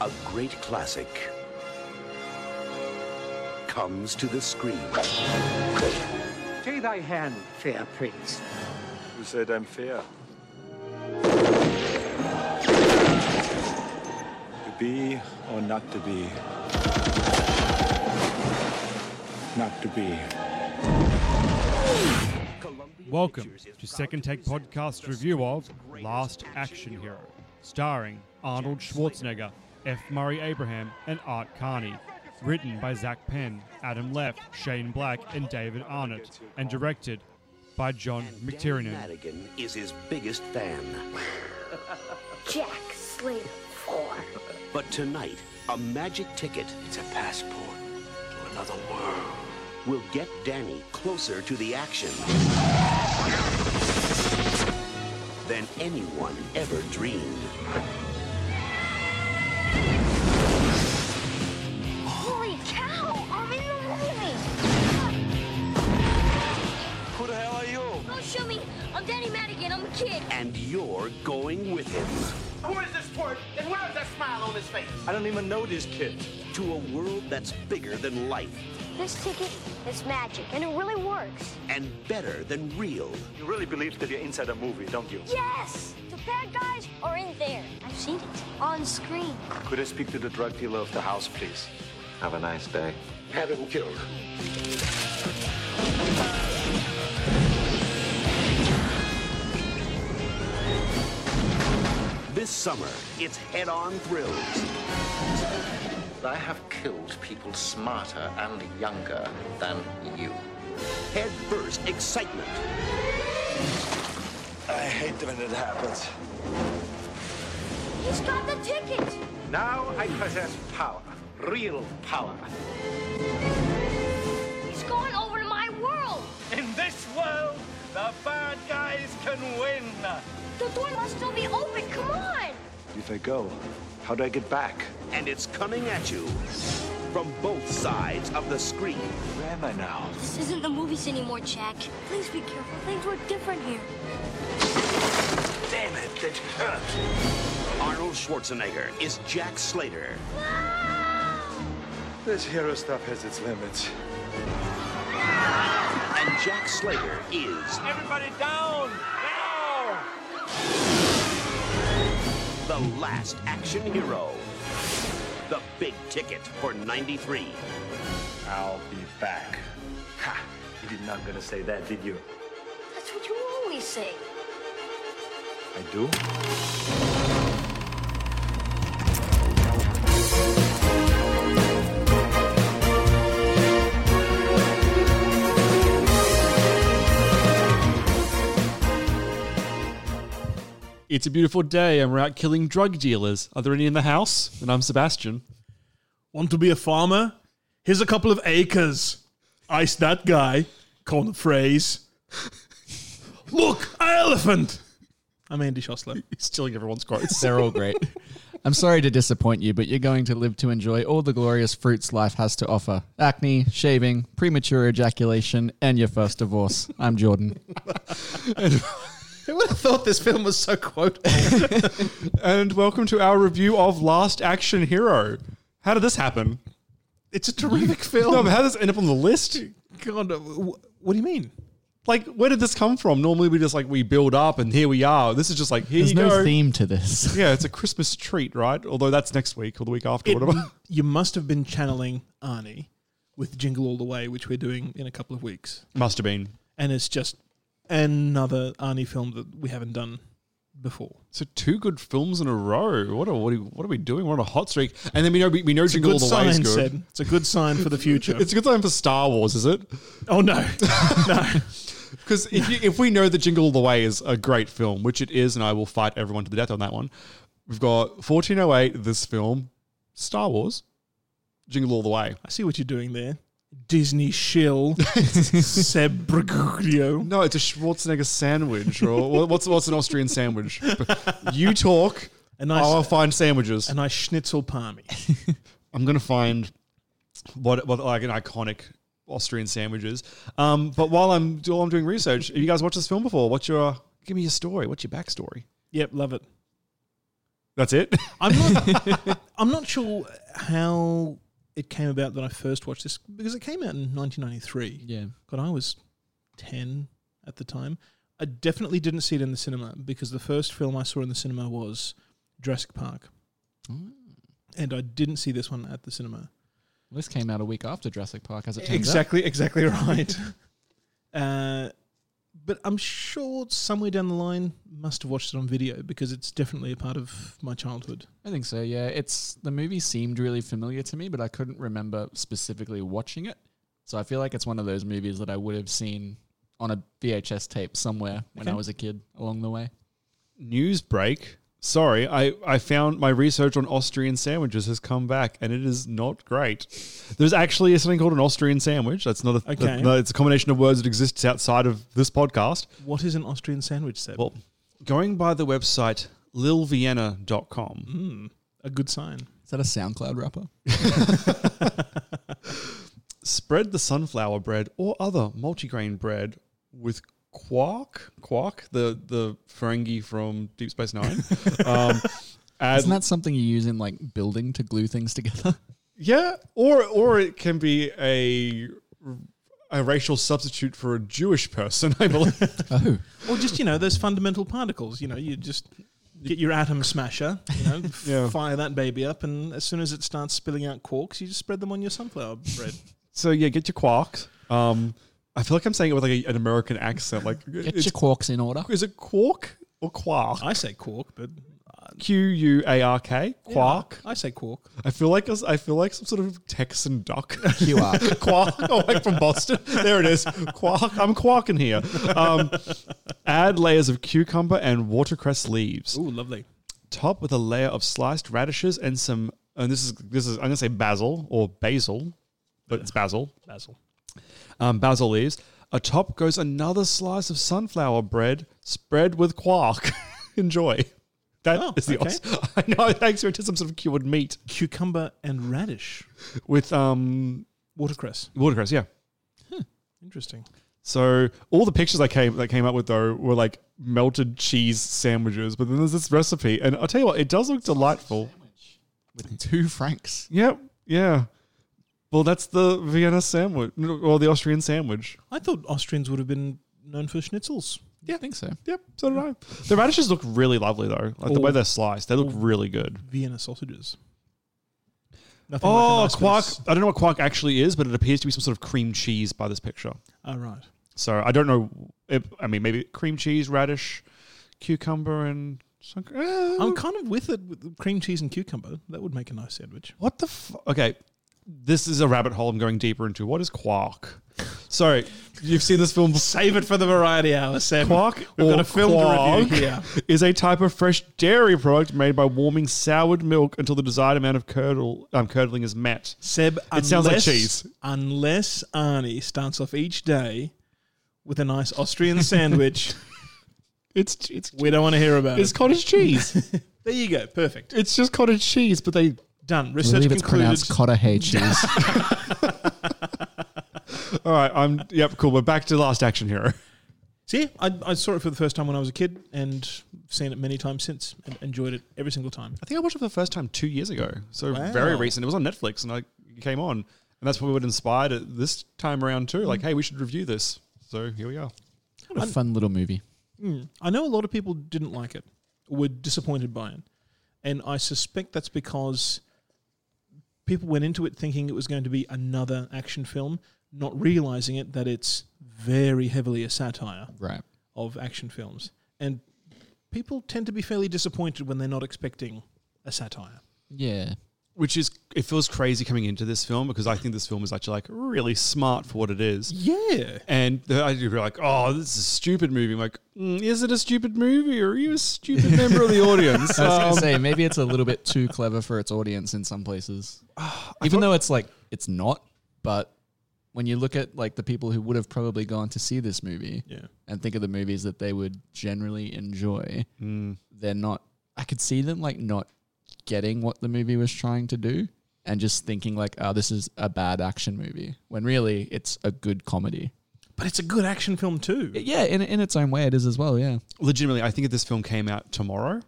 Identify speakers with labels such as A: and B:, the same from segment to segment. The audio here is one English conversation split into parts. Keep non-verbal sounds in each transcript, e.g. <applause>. A: A great classic comes to the screen.
B: Take thy hand, fair prince.
C: Who said I'm fair? To be or not to be? Not to be.
D: Welcome to Second Take Podcast review of Last Action Hero, starring Arnold Schwarzenegger, F. Murray Abraham, and Art Carney. Written by Zach Penn, Adam Leff, Shane Black, and David Arnott, and directed by John McTiernan.
A: Madigan is his biggest fan.
E: Jack Slater 4.
A: But tonight, a magic ticket. It's a passport to another world. Will get Danny closer to the action than anyone ever dreamed.
E: Holy cow! I'm in the movie!
A: Who the hell are you?
E: Don't shoot Oh, me! I'm Danny Madigan, I'm a kid!
A: And you're going with him
F: Who is this twerp? And where is that smile on his face?
A: to a world that's bigger than life
E: This ticket is magic, and it really works.
A: and better than real.
C: You really believe that you're inside a movie, don't you?
E: Yes! The bad guys are in there. I've seen it. On screen.
C: Could I speak to the drug dealer of the house, please?
G: Have a nice day.
A: Have him killed. This summer, it's head on thrills.
G: I have killed people smarter and younger than you.
A: Head first excitement
C: I hate when it happens.
E: He's got the ticket!
F: Now I possess power. Real power.
E: He's going over to my world!
F: In this world, the bad guys can win.
E: The door must still be open, come on!
C: If I go, how do I get back?
A: and it's coming at you from both sides of the screen.
C: Where am I now?
E: This isn't the movies anymore, Jack. Please be careful. Things were different here.
A: Damn it, that hurt. Arnold Schwarzenegger is Jack Slater.
C: This hero stuff has its limits.
A: And Jack Slater is
F: Everybody down! Now!
A: the last action hero. The big ticket for 93.
C: I'll be back. Ha! You did not gonna say that, did you?
E: That's what you always say.
C: I do?
H: It's a beautiful day and we're out killing drug dealers. Are there any in the house? And I'm Sebastian.
I: Want to be a farmer? Here's a couple of acres. Ice that guy. Coin the phrase. Look, an elephant. I'm Andy Schossler.
H: <laughs> He's stealing everyone's quotes.
J: They're all great. I'm sorry to disappoint you, but you're going to live to enjoy all the glorious fruits life has to offer acne, shaving, premature ejaculation, and your first divorce. I'm Jordan.
H: <laughs> Who would have thought this film was so quotable? and welcome to our review of Last Action Hero. How did this happen?
I: It's
H: <laughs>
I: a terrific film.
H: No, but how does it end up on the list?
I: God, uh, wh- what do you mean?
H: Like, where did this come from? Normally, we just like we build up and here we are. This is just like here
J: There's
H: you
J: no
H: go.
J: theme to this.
H: Yeah, it's a Christmas treat, right? Although that's next week or the week after,
I: It-
H: whatever.
I: you must have been channeling Arnie with Jingle All the Way, which we're doing in a couple of weeks.
H: <laughs> Must have been.
I: And it's just another Arnie film that we haven't done before.
H: So two good films in a row. What are what are, what are we doing? We're on a hot streak, and then we know we, we know
I: It's a
H: Jingle
I: good
H: All the Way is
I: sign,
H: good. <laughs>
I: Sid. It's a good sign for the future.
H: It's a good time for Star Wars, is it? <laughs>
I: oh, no. no.
H: Because if, you- if we know that Jingle All the Way is a great film, which it is, and I will fight everyone to the death on that one, we've got 1408, this film, Star Wars, Jingle All the Way.
I: I see what you're doing there.
H: <laughs>
I: Disney shill. Seb Briglio.
H: No, it's a Schwarzenegger sandwich, or wha- what's what's an Austrian sandwich? <laughs> You talk,
I: A
H: and
I: nice-
H: I'll find sandwiches.
I: A nice schnitzel palmy.
H: I'm gonna find what what like an iconic Austrian sandwich is. Um, but while I'm while I'm doing research, have you guys watched this film before? What's your give me your story? What's your backstory?
I: Yep, love it.
H: That's it. <laughs>
I: I'm not. I'm not sure how it came about that I first watched this because it came out in 1993.
J: Yeah.
I: God, I was 10 at the time. I definitely didn't see it in the cinema because the first film I saw in the cinema was Jurassic Park,
J: Mm.
I: and I didn't see this one at the cinema.
J: This came out a week after Jurassic Park, as it turns
I: Exactly,
J: out.
I: exactly <laughs> right. uh, but I'm sure somewhere down the line must have watched it on video because it's definitely a part of my childhood.
J: I think so. Yeah, it's the movie seemed really familiar to me, but I couldn't remember specifically watching it. So I feel like it's one of those movies that I would have seen on a VHS tape somewhere when I
H: Okay.
J: was a kid along the way.
H: News break. Sorry, I, I found my research on Austrian sandwiches has come back and it is not great. There's actually something called an Austrian sandwich. That's not a
I: Okay.
H: no, it's a combination of words that exists outside of this podcast.
I: What is an Austrian sandwich, Seb?
H: Well, going by the website lilvienna.com,
I: Mm, a good sign.
J: Is that a SoundCloud rapper?
H: spread the sunflower bread or other multigrain bread with quark, quark, the the Ferengi from Deep Space <laughs> Nine. um, add-
J: Isn't that something you use in like building to glue things together? <laughs>
H: Yeah, or or it can be a a racial substitute for a Jewish person, I <laughs> believe.
J: oh,
I: Or just, you know, those fundamental particles. You know, you just get your atom smasher, you know,
H: <laughs> Yeah.
I: fire that baby up, and as soon as it starts spilling out quarks, you just spread them on your sunflower
H: <laughs>
I: bread.
H: so yeah, get your quarks. Um, I feel like I'm saying it with like a, an American accent. Like,
J: Get
H: it's-
J: your quarks in order.
H: is it quark or quark?
I: I say quark, but uh,
H: Q U A R K, quark.
I: I say quark.
H: I feel like I feel like some sort of Texan
I: <laughs>
H: duck. <laughs>
J: QR.
H: quark, oh, like from Boston. There it is. Quark. I'm quarking here. Um, add layers of cucumber and watercress leaves.
I: Ooh, lovely.
H: top with a layer of sliced radishes and some and this is this is I'm gonna say basil or basil, but it's basil.
I: Basil.
H: Um, basil leaves. Atop goes another slice of sunflower bread spread with quark. <laughs> Enjoy. That is
I: Oh,
H: the
I: okay.
H: os- <laughs> I know. I expected some sort of cured meat
I: Cucumber and radish.
H: with um
I: Watercress.
H: watercress. Yeah.
I: Interesting.
H: So all the pictures I came that came up with though were like melted cheese sandwiches, but then there's this recipe, and I'll tell you what, it does look delightful.
J: With two francs.
H: Yep. Yeah. Well, that's the Vienna sandwich or the Austrian sandwich.
I: I thought Austrians would have been known for schnitzels.
J: I think so.
H: Yep. So did I. The radishes look really lovely though. Like the way they're sliced, they look really good.
I: Vienna sausages. Nothing like a
H: Oh,
I: nice bit of
H: quark!
I: s-
H: I don't know what quark actually is, but it appears to be some sort of cream cheese by this picture.
I: Ah, right.
H: So I don't know. If, I mean, maybe cream cheese, radish, cucumber, and some, eh,
I: I'm kind of with it with the cream cheese and cucumber. That would make a nice sandwich.
H: What the f- Okay, this is a rabbit hole I'm going deeper into. What is quark? So, you've seen this film.
I: Save it for the variety hour, Sam.
H: Quark
I: We've
H: or
I: got a film to
H: quark
I: review here.
H: is a type of fresh dairy product made by warming soured milk until the desired amount of curdle, um, curdling is met.
I: Seb,
H: It
I: unless,
H: sounds like cheese.
I: Unless Arnie starts off each day with a nice Austrian sandwich,
H: <laughs> It's it's
I: we don't want to hear about
H: it's
I: it.
H: cottage cheese.
I: <laughs> There you go. Perfect.
H: it's just cottage cheese, but they
I: Done.
J: I
I: Research
J: believe it's
I: concluded.
J: pronounced cottage cheese.
H: all right. I'm yep. Cool. We're back to last action hero.
I: See, I, I saw it for the first time when I was a kid and seen it many times since and enjoyed it every single time.
H: I think I watched it for the first time two years ago, so
I: Wow.
H: very recent. It was on Netflix, and I it came on, and that's probably what inspired it this time around too. Like, hey, we should review this. So here we are.
J: What a fun little movie.
I: I know a lot of people didn't like it, were disappointed by it, and I suspect that's because people went into it thinking it was going to be another action film, not realizing it that it's very heavily a satire
J: Right.
I: of action films, and people tend to be fairly disappointed when they're not expecting a satire.
J: Yeah.
H: which is it feels crazy coming into this film because I think this film is actually like really smart for what it is.
I: Yeah.
H: And the idea of like, oh, this is a stupid movie. I'm like, mm, is it a stupid movie or are you a stupid
I: <laughs>
H: member of the audience?
J: I was going
H: Um,
J: to say maybe it's a little bit too clever for its audience in some places. Even though it's like it's not, but when you look at like the people who would have probably gone to see this movie
I: Yeah.
J: and think of the movies that they would generally enjoy,
H: Mm.
J: they're not I could see them like not getting what the movie was trying to do and just thinking like, oh, this is a bad action movie. When really it's a good comedy.
I: But it's a good action film too.
J: Yeah, in in its own way it is as well, yeah.
H: legitimately, I think if this film came out tomorrow,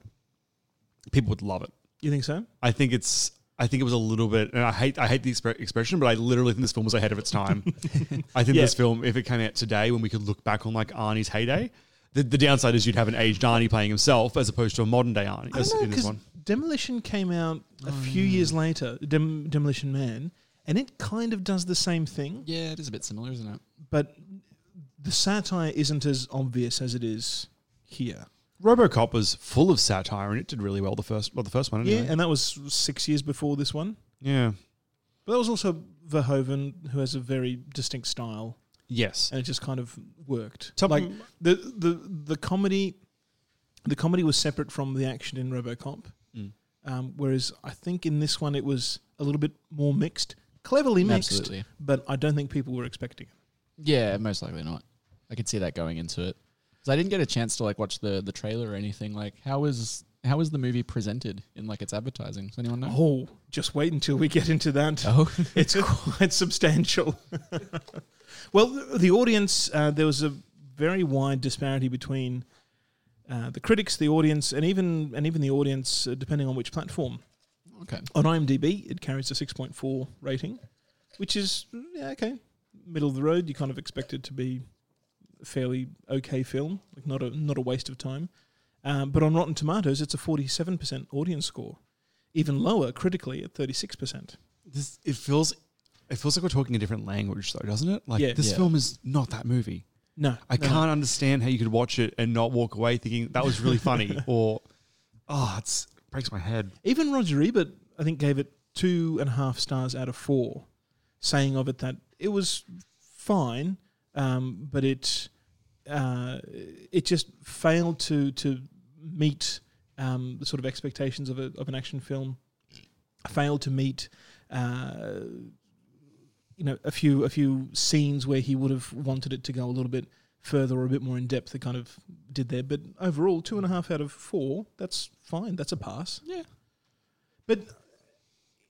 H: people would love it.
I: You think so?
H: I think it's. I think it was a little bit, and I hate. I hate the expre- expression, but I literally think this film was ahead of its
I: <laughs>
H: time. I think
I: Yeah.
H: this film, if it came out today, when we could look back on like Arnie's heyday, the, the downside is you'd have an aged Arnie playing himself as opposed to a modern day Arnie
I: I
H: as-
I: don't know
H: in this
I: because
H: one.
I: Demolition came out a few years later. Dem- Demolition Man, and it kind of does the same thing,
J: Yeah, it is a bit similar, isn't it?
I: but the satire isn't as obvious as it is here.
H: RoboCop was full of satire, and it did really well the first. Well, the first one, anyway.
I: Yeah, and that was six years before this one.
H: yeah,
I: But that was also Verhoeven, who has a very distinct style,
H: yes,
I: and it just kind of worked.
H: Top-
I: like the, the the comedy, the comedy was separate from the action in RoboCop.
H: Mm.
I: Um, whereas I think in this one it was a little bit more mixed, cleverly mixed,
J: Absolutely.
I: but I don't think people were expecting it.
J: Yeah, most likely not. I could see that going into it. 'Cause I didn't get a chance to like watch the the trailer or anything. Like, how is how is the movie presented in like its advertising? Does anyone know?
I: Oh, just wait until we get into that.
J: Oh. <laughs>
I: it's <laughs> quite substantial. <laughs> well, th- the audience, uh, there was a very wide disparity between uh, the critics, the audience, and even and even the audience, uh, depending on which platform.
J: Okay.
I: On IMDb, it carries a six point four rating, which is mm, yeah, okay, middle of the road. You kind of expect it to be a fairly okay film, like not a not a waste of time. Um, but on Rotten Tomatoes, it's a forty seven percent audience score, even lower critically at thirty six percent.
H: this it feels. It feels like we're talking a different language, though, doesn't it? Like
I: Yeah.
H: this
I: Yeah.
H: film is not that movie.
I: No,
H: I
I: no.
H: can't understand how you could watch it and not walk away thinking that was really <laughs> funny or oh, it's it breaks my head.
I: Even Roger Ebert, I think, gave it two and a half stars out of four, saying of it that it was fine, um, but it uh, it just failed to to meet um, the sort of expectations of a, of an action film. Failed to meet. Uh, you know, a few a few scenes where he would have wanted it to go a little bit further or a bit more in depth. They kind of did there, but overall, two and a half out of four. That's fine. That's a pass.
J: Yeah.
I: But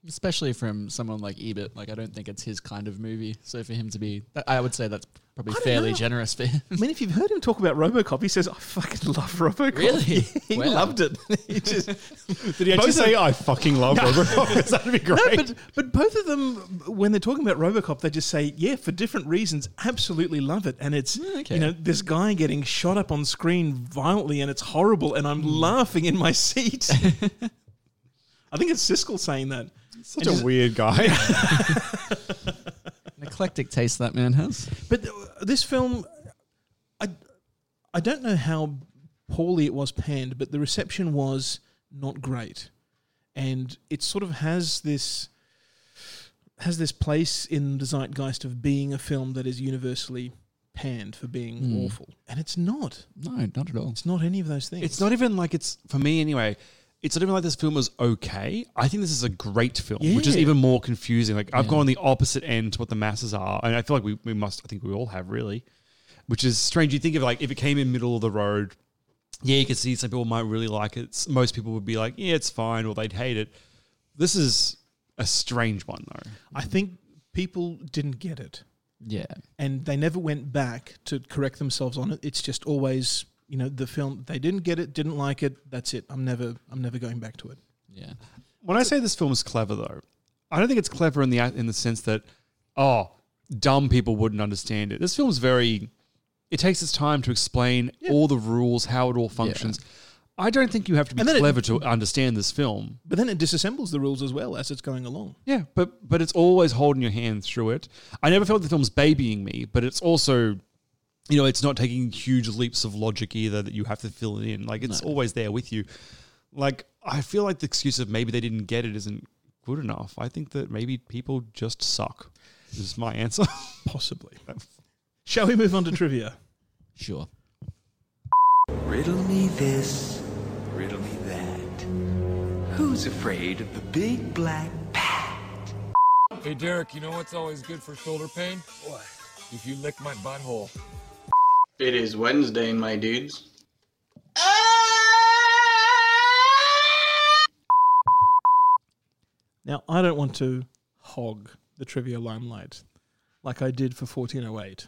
J: Especially from someone like Ebert, like I don't think it's his kind of movie. So for him to be, I would say that's probably
I: I don't
J: fairly
I: know.
J: generous for him.
I: I mean, if you've heard him talk about RoboCop, he says, "I fucking love RoboCop."
J: Really?
I: <laughs> he
J: Wow.
I: loved it. he just
H: <laughs> Did he actually
I: Both
H: say I fucking love <laughs> Robocop? 'Cause That'd be
I: no,
H: great.
I: but but both of them, when they're talking about RoboCop, they just say, "Yeah, for different reasons, absolutely love it." And it's
H: Oh,
J: okay.
I: you know this guy getting shot up on screen violently, and it's horrible, and
H: Hmm.
I: I'm laughing in my
H: <laughs>
I: <laughs> seat. I think it's Siskel saying that.
H: Such a weird guy.
J: An eclectic taste that man has.
I: But th- this film, I, I don't know how poorly it was panned, but the reception was not great, and it sort of has this has this place in the zeitgeist of being a film that is universally panned for being
J: Hmm.
I: awful, and it's not.
J: No, not at all.
I: It's not any of those things.
H: it's not even like it's for me anyway. It's not even like this film was okay. I think this is a great film, which is
I: Yeah.
H: even more confusing. Like I've gone the opposite end to what the masses are, and I feel like we, we must. I think we all have really, which is strange. You think of like if it came in middle of the road, yeah, you could see some people might really like it. S- Most people would be like, yeah, it's fine, or they'd hate it. This is a strange one though.
I: I think people didn't get it.
J: Yeah.
I: and they never went back to correct themselves on it. It's just always, you know, the film they didn't get it, didn't like it. That's it. I'm never, I'm never going back to it.
J: Yeah.
H: When I say this film is clever, though, I don't think it's clever in the in the sense that oh, dumb people wouldn't understand it. This film's very. It takes its time to explain all the rules, how it all functions. I don't think you have to be
I: And then it-
H: clever to understand this film.
I: But then it disassembles the rules as well as it's going along.
H: Yeah, but but it's always holding your hand through it. I never felt the film's babying me, but it's also, you know, it's not taking huge leaps of logic either that you have to fill it in. Like it's always there with you. Like I feel like the excuse of maybe they didn't get it isn't good enough. I think that maybe people just suck. Is my answer <laughs>
I: possibly? Shall we move on to trivia?
J: Sure.
K: Riddle me this, riddle me that. Who's afraid of the big black
L: Hey Derek, you know what's always good for shoulder pain? What? If you lick my butthole.
M: It is Wednesday, my dudes.
I: <laughs> Now, I don't want to hog the trivia limelight like I did for 1408.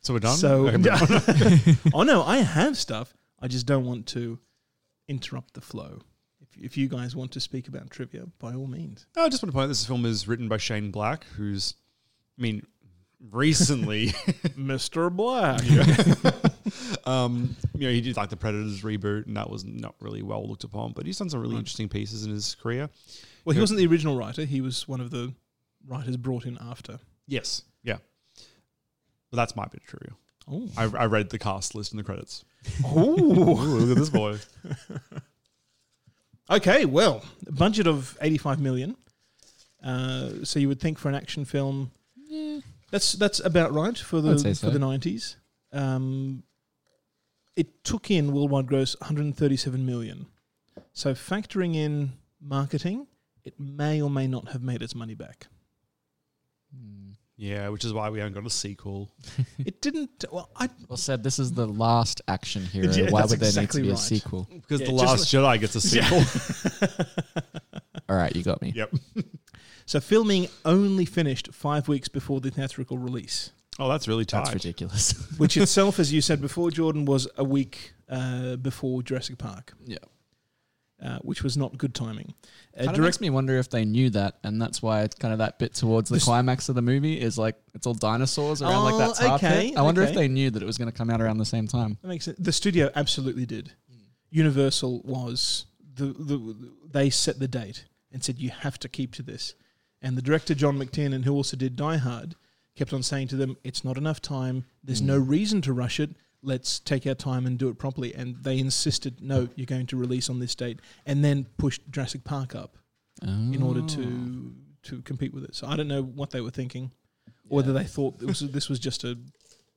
H: So we're done?
I: So,
H: Okay, we're done.
I: <laughs> oh no, I have stuff. I just don't want to interrupt the flow. If, if you guys want to speak about trivia, by all means.
H: I just want to point out this film is written by Shane Black, who's, I mean, recently
I: Mr. <laughs> Black.
H: <laughs> um, you know, he did like the Predators reboot, and that was not really well looked upon. But he's done some really
I: Right.
H: interesting pieces in his career. You
I: Well, he
H: know,
I: wasn't the original writer. He was one of the writers brought in after.
H: Yes. Yeah. But that's my bit of trivia.
I: Oh.
H: I, I read the cast list and the credits.
I: Oh.
J: <laughs>
H: Ooh, look at this boy.
I: Okay, well, a budget of 85 million. Uh, so you would think for an action film, that's that's about right for the
J: I'd say so.
I: for the 90s. Um, it took in worldwide gross 137 million. So factoring in marketing, it may or may not have made its money
J: <laughs>
I: back.
H: <laughs>
J: Hmm.
H: Yeah, which is why we haven't got a sequel.
I: It didn't. Well, I
J: Well said. This is the last action
H: <laughs>
J: hero.
H: Yeah,
J: Why
H: that's
J: would there
H: exactly
J: need to be
H: right.
J: a sequel?
H: Because The Last Jedi gets a <laughs>
I: sequel.
J: All right, you got me.
H: Yep.
I: so filming only finished five weeks before the theatrical release.
H: Oh, that's really tight.
J: That's ridiculous. <laughs>
I: which itself, as you said before, Jordan was a week uh, before Jurassic Park.
J: Yeah,
I: uh, which was not good timing. Uh,
J: Kind of
I: direct-
J: makes me wonder if they knew that, and that's why it's kind of that bit towards the
I: This-
J: climax of the movie is like it's all dinosaurs around
I: Oh,
J: like that tar
I: okay,
J: pit. I wonder
I: okay.
J: if they knew that it was going to come out around the same time.
I: that makes Hmm. it, the studio absolutely did. Universal was the, the they set the date and said you have to keep to this, and the director John McTiernan, who also did Die Hard, kept on saying to them, "It's not enough time. There's
J: Mm.
I: no reason to rush it." Let's take our time and do it properly. And they insisted, no, you're going to release on this date, and then pushed Jurassic Park up.
J: Oh.
I: in order
J: Mm.
I: to to compete with it. So I don't know what they were thinking, or whether they thought it was, this was just a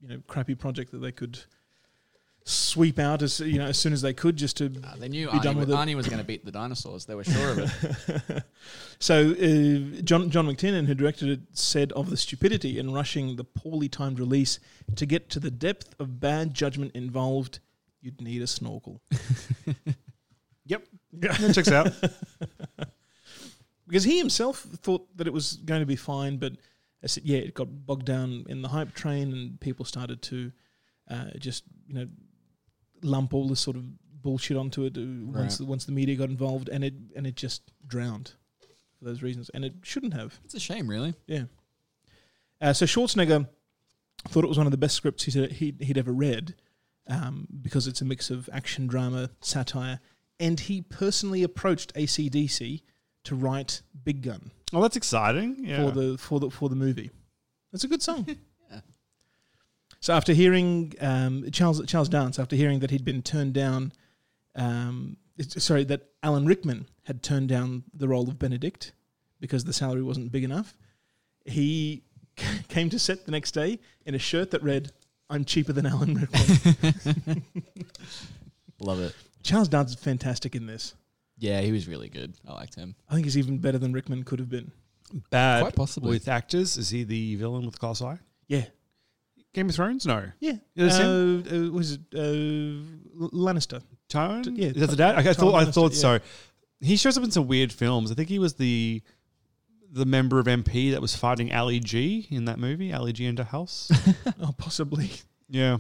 I: you know crappy project that they could sweep out as you know as soon as they could just to
J: Uh, They knew
I: be done
J: Arnie,
I: with
J: was,
I: it.
J: Arnie was going to beat the dinosaurs. They were sure <laughs> of it.
I: So uh, John John McTiernan, who directed it, said of the stupidity in rushing the poorly timed release to get to the depth of bad judgment involved, you'd need a snorkel.
H: Yep. That checks out. <laughs>
I: because he himself thought that it was going to be fine, but I said, yeah, it got bogged down in the hype train, and people started to uh, just you know lump all this sort of bullshit onto it uh, once
J: Right.
I: the, once the media got involved, and it and it just drowned for those reasons, and it shouldn't have.
J: It's a shame, really.
I: Yeah. Uh, so Schwarzenegger thought it was one of the best scripts he'd, he'd, he'd ever read um, because it's a mix of action, drama, satire, and he personally approached ACDC to write Big Gun
H: Oh, that's exciting. Yeah.
I: for the for the for the movie. That's a good song. So after hearing um, Charles Charles Dance, after hearing that he'd been turned down, um, it's- sorry, that Alan Rickman had turned down the role of Benedict because the salary wasn't big enough, he <laughs> came to set the next day in a shirt that read, "I'm cheaper than Alan Rickman."
J: Love it.
I: Charles Dance is fantastic in this.
J: Yeah, he was really good. I liked him.
I: I think he's even better than Rickman could have been.
H: Bad
J: Quite possibly.
H: with actors. Is he the villain with Class I?
I: Yeah.
H: Game of Thrones? No.
I: Yeah.
H: Is that him?
I: Uh, uh, was it uh, L- Lannister?
H: Tone?
I: T- yeah.
H: Is that the dad? Okay, I
I: Tywin
H: thought I
I: Lannister,
H: thought
I: yeah.
H: so. He shows up in some weird films. I think he was the the member of MP that was fighting Ali G in that movie, Ali G into
I: <laughs>
H: House.
I: Oh, possibly.
H: yeah.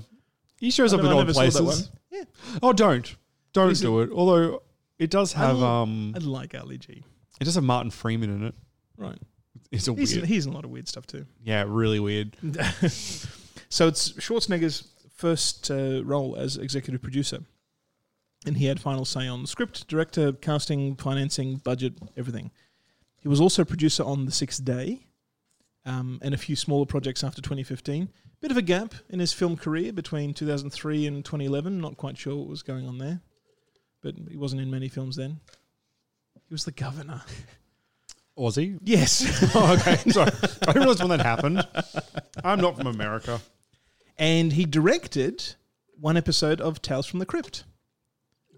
H: He shows
I: I
H: up in
I: never- I
H: odd
I: never saw that
H: places.
I: one. Yeah.
H: Oh don't. Don't
I: He's a-
H: do it. Although it does have
I: I
H: um
I: I like Ali G.
H: it does have Martin Freeman in it. <laughs>
I: Right.
H: It's a
I: he's,
H: weird
I: In, he's in a lot of weird stuff too.
H: Yeah, really weird.
I: so it's Schwarzenegger's first uh, role as executive producer, and he had final say on the script, director, casting, financing, budget, everything. He was also producer on The Sixth Day, um, and a few smaller projects after 2015. Bit of a gap in his film career between 2003 and 2011. Not quite sure what was going on there, but he wasn't in many films then. He was the governor.
H: Aussie?
I: <laughs> Yes.
H: oh, okay. Sorry. I didn't realize when that happened. I'm not from America.
I: And he directed one episode of Tales from the Crypt.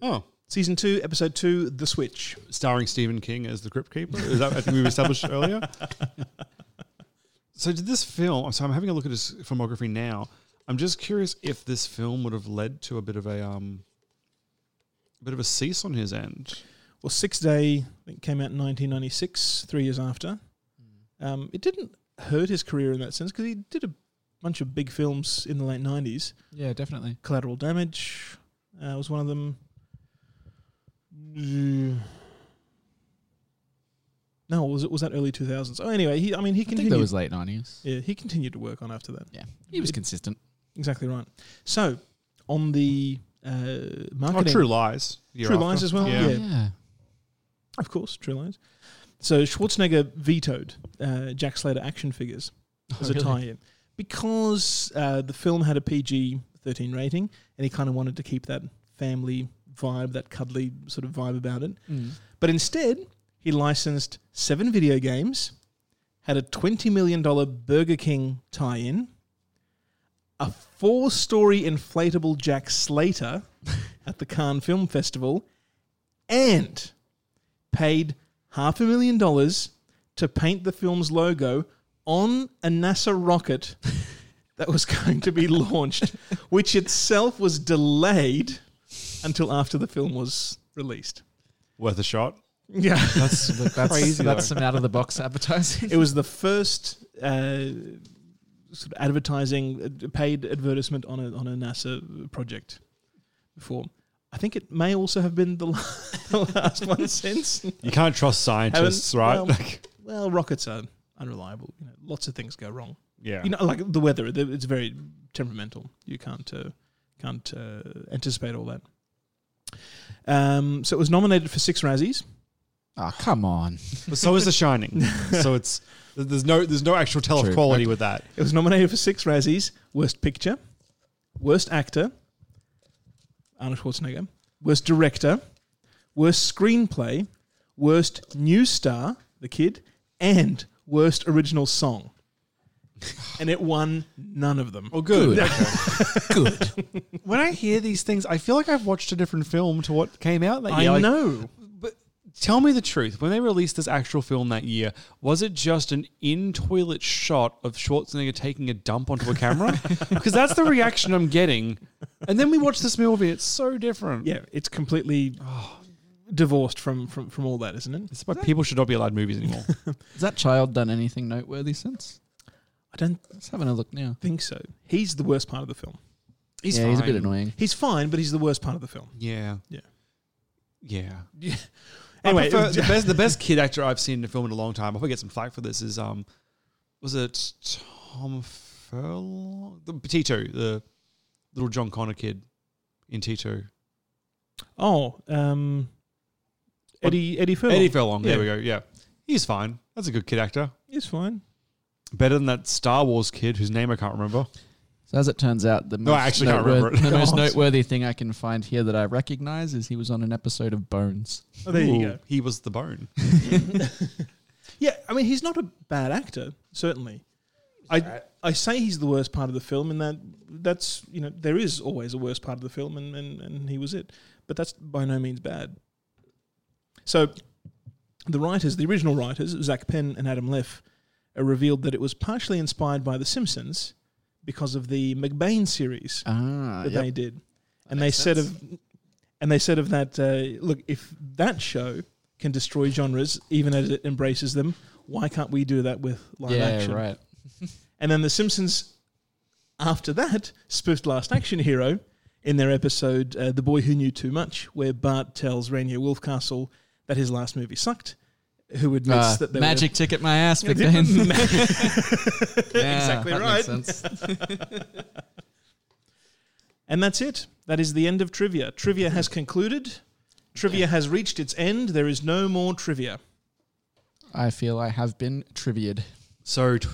H: Oh.
I: Season 2, Episode 2, The Switch.
H: Starring Stephen King as the Crypt Keeper. Is that I think we established earlier? <laughs> So did this film? So I'm having a look at his filmography now. I'm just curious if this film would have led to a bit of a um, bit of a cease on his end.
I: Well, Six Day I think, came out in 1996, three years after. Um, it didn't hurt his career in that sense because he did a bunch of big films in the late 90s.
J: Yeah, definitely.
I: Collateral Damage uh, was one of them. Mm. No, was it was that early 2000s? Oh, anyway, he I mean he
J: think that
I: continued.
J: was late 90s.
I: Yeah, he continued to work on after that.
J: Yeah, he was consistent.
I: Exactly right. So on the uh,
H: Oh,
I: marketing,
H: True Lies. year
I: True
H: after.
I: Lies as well. Yeah.
J: Yeah.
I: Of course, True Lies. So Schwarzenegger vetoed uh, Jack Slater action figures as a
J: Oh, really?
I: tie-in because uh, the film had a PG-13 rating, and he kind of wanted to keep that family vibe, that cuddly sort of vibe about it.
J: Mm.
I: But instead, he licensed seven video games, had a $20 million Burger King tie in, a four story inflatable Jack Slater <laughs> at the Cannes Film Festival, and paid half a million dollars to paint the film's logo on a NASA rocket <laughs> that was going to be launched, which itself was delayed until after the film was released.
H: Worth a shot.
I: Yeah,
J: That's, look,
I: <laughs>
J: that's
I: Crazy,
J: That's
I: though.
J: some out of the box advertising.
I: it was the first uh, sort of advertising uh, paid advertisement on a on a NASA project before. I think it may also have been the la- <laughs> the last one since.
H: You can't trust scientists,
I: Haven't-
H: right?
I: Well,
H: Like-
I: well, rockets are unreliable. You know, lots of things go wrong.
H: Yeah.
I: you know, like the weather. the- It's very temperamental. You can't uh, can't uh, anticipate all that. Um, so it was nominated for six Razzies.
J: Oh, come on.
H: But so is The
I: <laughs>
H: Shining. so it's there's no there's no actual tell of
I: True.
H: quality
I: Okay.
H: with that.
I: It was nominated for six Razzies: Worst Picture, Worst Actor, Arnold Schwarzenegger, Worst Director, Worst Screenplay, Worst New Star, The Kid, and Worst Original Song. And it won none of them.
H: Oh, good.
J: Good.
I: <laughs>
H: when I hear these things, I feel like I've watched a different film to what came out that
I: I
H: year. Like,
I: know.
H: Tell me the truth. When they released this actual film that year, was it just an in toilet shot of Schwarzenegger taking a dump onto a
I: <laughs>
H: camera? Because that's the reaction I'm getting. And then we watch this movie. It's so different.
I: Yeah, it's completely divorced from, from, from all that, isn't it?
H: It's why people should not be allowed movies anymore.
I: <laughs>
J: Has that child done anything noteworthy since?
I: I don't
J: Let's have a look now.
I: think so. He's the worst part of the film.
H: He's
J: yeah, he's a bit
H: fine.
J: annoying.
I: He's fine, but he's the worst part of the film.
H: Yeah.
I: Yeah.
H: Yeah. I
I: Anyway,
H: prefer-
I: <laughs>
H: the best the best kid actor I've seen in a film in a long time. I hope I get some flack for this. Is um, was it Tom Furlong? The Tito, the little John Connor kid in Tito.
I: Oh, um, Eddie Eddie Furlong.
H: Eddie Furlong.
I: Yeah.
H: There we go. Yeah, he's fine. That's a good kid actor.
I: He's fine.
H: Better than that Star Wars kid whose name I can't remember.
J: So as it turns out, the
H: No,
J: most,
H: I actually can't remember
J: noteworth-
H: it.
I: <laughs>
J: the most
H: God.
J: noteworthy thing I can find here that I recognize is he was on an episode of Bones.
I: Oh, there you
H: Ooh,
I: go.
H: He was the bone.
I: Yeah, I mean, he's not a bad actor, certainly. I I say he's the worst part of the film, and that that's you know there is always a worst part of the film, and and, and he was it, but that's by no means bad. So, the writers, the original writers, Zach Penn and Adam Leff, uh, revealed that it was partially inspired by The Simpsons because of the McBain series.
J: Ah,
I: that
J: yep.
I: they did, and they said of, and they said of that, uh, look, if that show can destroy genres even as it embraces them, why can't we do that with live
J: yeah,
I: action?
J: right.
I: And then The Simpsons, after that, spoofed Last Action Hero in their episode uh, The Boy Who Knew Too Much, where Bart tells Rainier Wolfcastle that his last movie sucked. Who admits
J: Uh,
I: that they
J: magic
I: were,
J: ticket my ass,
I: Yeah,
J: Big Dan.
I: <laughs>
J: <laughs>
I: ma-
J: Yeah,
I: exactly
J: that
I: right.
J: makes sense.
I: And that's it. That is the end of trivia. Trivia has concluded. Trivia has reached its end. There is no more trivia.
J: <laughs> I feel I have been triviaed.
H: So, t-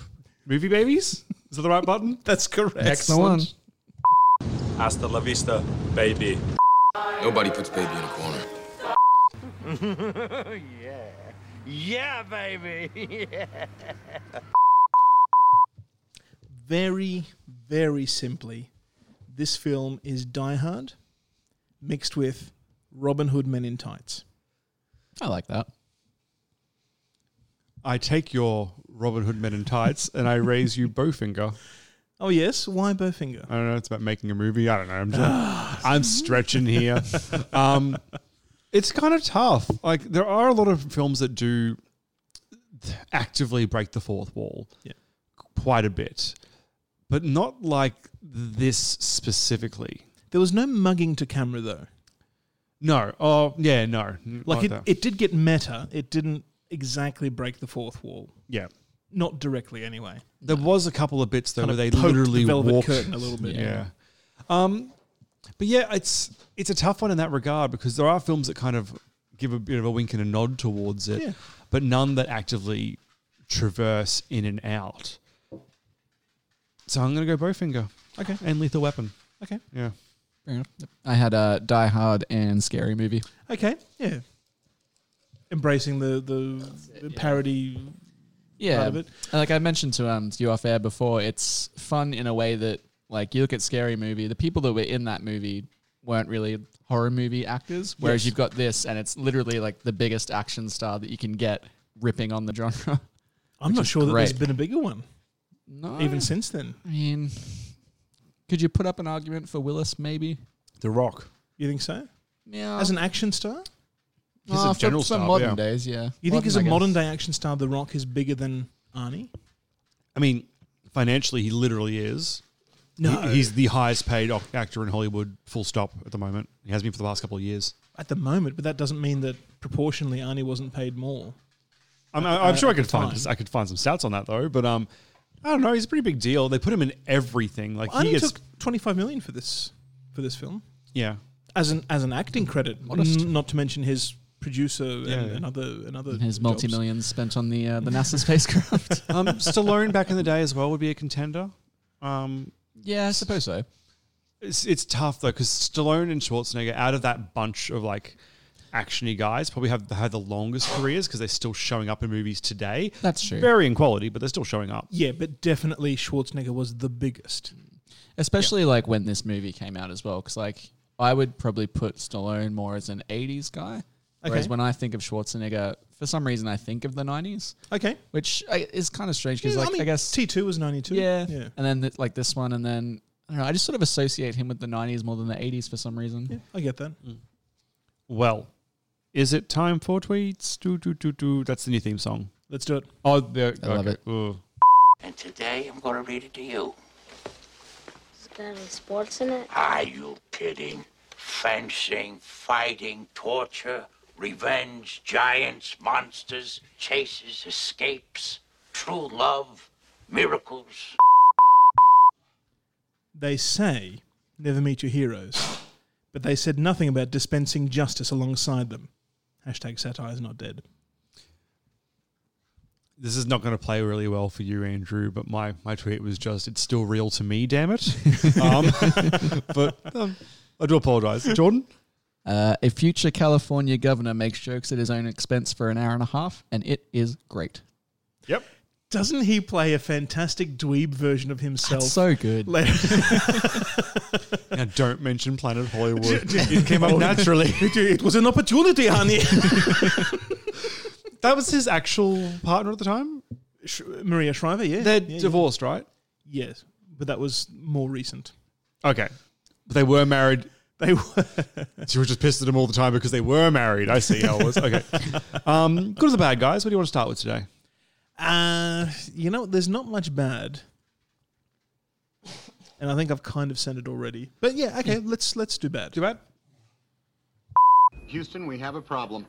H: movie babies. Is that the right button?
I: <laughs> That's correct.
J: That's the one.
N: Hasta la vista, baby.
L: Nobody puts baby in a corner.
F: yeah. Yeah, baby. yeah.
I: Very, very simply, this film is Die Hard mixed with Robin Hood Men in Tights.
J: I like that.
H: I take your Robin Hood men in tights and I raise you Bowfinger.
I: Oh yes, why Bowfinger?
H: I don't know. It's about making a movie. I don't know. I'm just, <gasps> I'm stretching here. <laughs> Um, it's kind of tough. Like there are a lot of films that do actively break the fourth wall.
I: Yeah.
H: Quite a bit, but not like this specifically.
I: There was no mugging to camera though.
H: No. Oh yeah. No.
I: Like it,
H: that.
I: it did get meta. It didn't exactly break the fourth wall.
H: Yeah.
I: Not directly anyway.
H: There was a couple of bits though
I: Kinda
H: where they
I: poked the
H: literally
I: velvet
H: walked
I: curtain a little bit.
H: Yeah. Um, but yeah, it's it's a tough one in that regard because there are films that kind of give a bit of a wink and a nod towards it,
I: Yeah.
H: but none that actively traverse in and out. So I'm gonna go Bowfinger.
I: Okay.
H: And Lethal Weapon.
I: Okay.
H: Yeah.
J: Fair enough. I had a Die Hard and Scary Movie.
I: Okay. Yeah. Embracing the the, the parody
J: yeah.
I: part of it.
J: And like I mentioned to um to you off air before, it's fun in a way that like you look at scary movie, the people that were in that movie weren't really horror movie actors, whereas
I: Yes.
J: you've got this, and it's literally like the biggest action star that you can get ripping on the genre.
I: I'm
J: which
I: not
J: is
I: sure that there's
J: great.
I: been a bigger one.
J: No.
I: Even since then.
J: I mean, could you put up an argument for Willis? Maybe.
H: The Rock.
I: You think so?
J: Yeah.
I: As an action star?
J: He's a Ah, for- general for star, modern yeah. days, yeah.
I: You think
J: Modern,
I: as
J: I
I: a
J: guess.
I: modern day action star, The Rock is bigger than Arnie?
H: I mean, financially, he literally is.
I: No.
H: He- he's the highest paid ac- actor in Hollywood, full stop, at the moment. He has been for the last couple of years.
I: At the moment, but that doesn't mean that proportionally Arnie wasn't paid more.
H: I'm,
I: At-
H: I'm sure I
I: at
H: could
I: the
H: find
I: time.
H: I could find some stats on that though, but um, I don't know. He's a pretty big deal. They put him in everything. Like he
I: Arnie
H: gets
I: took 25 million for this for this film.
H: yeah.
I: as an as an acting credit,
J: Modest.
I: n- not to mention his producer and,
J: Yeah, yeah.
I: and other and other
J: His
I: jobs.
J: multi millions spent on the uh, the NASA <laughs> spacecraft.
H: Um, Stallone back in the day as well would be a contender. Um,
J: yeah, I suppose so.
H: It's it's tough though because Stallone and Schwarzenegger out of that bunch of like actiony guys probably have had the longest careers because they're still showing up in movies today.
J: That's true.
H: Varying quality, but they're still showing up.
I: Yeah, but definitely Schwarzenegger was the biggest.
J: especially like when this movie came out as well because like i would probably put stallone more as an 80s guy whereas
I: Okay.
J: when i think of schwarzenegger for some reason i think of the 90s
I: Okay,
J: which I, is kind of strange because
I: Yeah,
J: like
I: I
J: I,
I: mean,
J: guess
I: T two was ninety two.
J: yeah,
I: yeah.
J: and then th- like this one and then i don't know i just sort of associate him with the 90s more than the 80s for some reason
I: I get that.
J: Mm.
H: Well, is it time for tweets? Do do do do. That's the new theme song.
I: Let's do it.
H: Oh, there.
J: I love
H: okay. Ooh.
K: And today I'm going to read it to you.
E: Is there any sports in it?
K: Are you kidding? Fencing, fighting, torture, revenge, giants, monsters, chases, escapes, true love, miracles.
I: They say never meet your heroes, but they said nothing about dispensing justice alongside them. Hashtag satire is not dead.
H: This is not going to play really well for you, Andrew. But my my tweet was just, "It's still real to me, damn
I: <laughs>
H: it." um, <laughs> but um, I do apologize, Jordan.
J: uh, a future california governor makes jokes at his own expense for an hour and a half and it is great
H: Yep.
I: Doesn't he play a fantastic dweeb version of himself?
J: so good.
I: Later-
H: Now don't mention Planet Hollywood. Oh,
I: It
H: it <laughs> came up naturally.
I: it was an opportunity, honey. <laughs>
H: That was his actual partner at the time.
I: Sh- Maria Shriver, yeah.
H: They're
I: Yeah, yeah.
H: divorced, right?
I: Yes, but that was more recent.
H: <laughs> Okay, but they were married. <laughs>
I: They were.
H: She was just pissed at him all the time because they were married. I see how it was. <laughs> Okay. Um, good or the bad, guys? What do you want to start with today?
I: Uh, you know, there's not much bad. And I think I've kind of said it already. But yeah, okay,
H: Mm.
I: let's let's do bad. Do
H: bad?
O: Houston, we have a problem.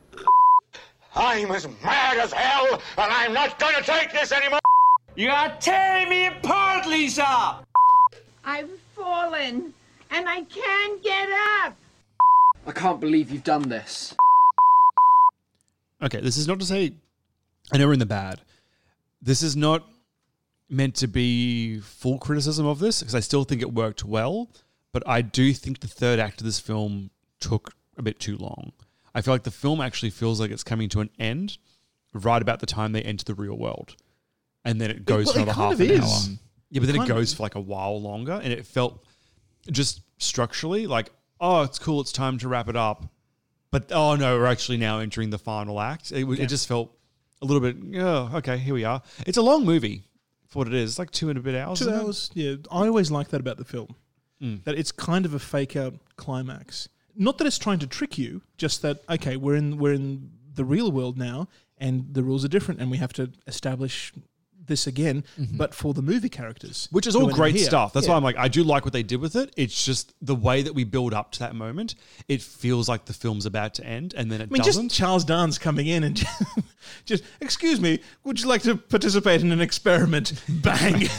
K: I'm as mad as hell, and I'm not going to take this anymore.
F: You are tearing me apart, Lisa.
P: I've fallen and I can't get up.
Q: I can't believe you've done this.
H: Okay, this is not to say I know we're in the bad. This is not meant to be full criticism of this because I still think it worked well, but I do think the third act of this film took a bit too long. I feel like the film actually feels like it's coming to an end. right about the time they enter the real world, and then it goes
I: well,
H: for
I: it
H: another
I: kind
H: half
I: of
H: an
I: is.
H: hour. Yeah, but then it
I: Kind of.
H: goes for like a while longer, and it felt just structurally like, oh, it's cool, it's time to wrap it up, but oh no, we're actually now entering the final act. It, w-
I: Yeah.
H: it just felt a little bit, oh, okay, here we are. It's a long movie for what it is, like two and a bit hours.
I: Two
H: isn't it?
I: hours. Yeah, I always like that about the film.
H: Mm.
I: That it's kind of a fake out climax. Not that it's trying to trick you, just that okay, we're in we're in the real world now, and the rules are different, and we have to establish this again, but for the movie characters,
H: Mm-hmm. Which is
I: who
H: all
I: are now
H: great
I: here.
H: stuff. That's
I: Yeah.
H: why I'm like, I do like what they did with it. It's just the way that we build up to that moment. It feels like the film's about to end, and then it
I: I mean,
H: doesn't.
I: just Charles Dance coming in and <laughs> just, excuse me, would you like to participate in an experiment? <laughs> Bang!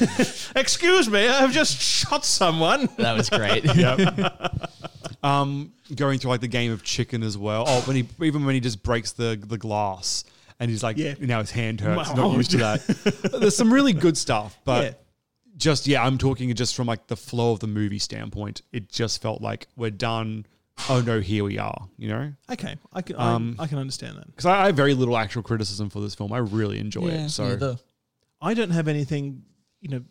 I: excuse me, I have just shot someone.
J: <laughs>
I: <laughs>
J: That was great.
H: um, going through like the game of chicken as well. Oh, when
I: <sighs>
H: he even when he just breaks the the glass, and he's like,
I: Yeah.
H: now his hand hurts.
I: My <laughs>
H: Not used to
I: arm.
H: that. There's some really good stuff, but.
I: Yeah.
H: Just yeah, I'm talking just from like the flow of the movie standpoint. It just felt like we're done. Oh no, here we are. You know.
I: Okay, I can,
H: Um,
I: I, I can understand that.
H: because I, I have very little actual criticism for this film. I really enjoy
I: Yeah,
H: it. So
I: neither. I don't have anything, you know,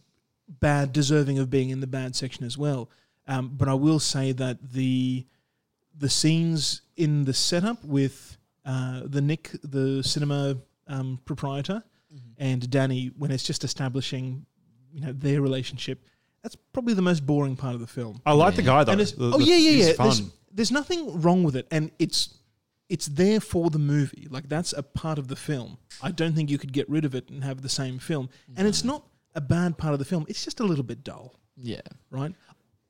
I: bad deserving of being in the bad section as well. Um, but I will say that the the scenes in the setup with uh, the Nick, the cinema um, proprietor, and Danny, when it's just establishing, you know, their relationship, that's probably the most boring part of the film.
H: I like the guy, though.
I: And it's-
H: The-
I: oh
H: the-
I: yeah, yeah,
H: he's
I: yeah. There's,
H: fun.
I: there's nothing wrong with it, and it's it's there for the movie. Like that's a part of the film. I don't think you could get rid of it and have the same film. And it's not a bad part of the film. It's just a little bit dull,
J: Yeah.
I: right?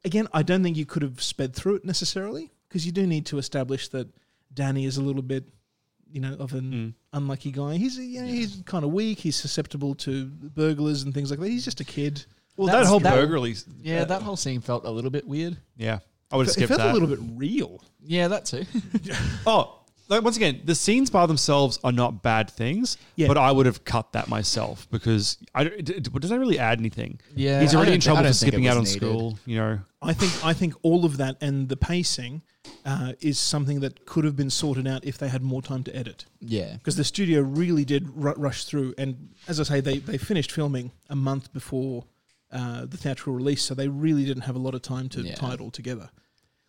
I: Again, I don't think you could have sped through it necessarily because you do need to establish that Danny is a little bit, you know, of an
H: Mm.
I: unlucky guy. He's you know, he's kind of weak. He's susceptible to burglars and things like that. He's just a kid.
H: Well, that whole burglary.
J: Yeah, that whole scene felt a little bit weird.
H: yeah, I would have
I: It
H: skipped
I: felt
H: that.
I: a little bit real.
J: Yeah, that <laughs> too.
H: Oh, like once again, the scenes by themselves are not bad things,
I: Yeah.
H: but I would have cut that myself because I don't- d- d- does that really add anything?
J: Yeah,
H: he's
J: I
H: already
J: don't
H: in
J: thi- I
H: trouble
J: don't
H: for
J: think it
H: skipping out on
J: was needed.
H: school. You know,
I: I think I think all of that and the pacing uh, is something that could have been sorted out if they had more time to edit.
J: Yeah.
I: because the studio really did ru- rush through, and as I say, they they finished filming a month before uh, the theatrical release, so they really didn't have a lot of time to
J: Yeah.
I: tie it all together,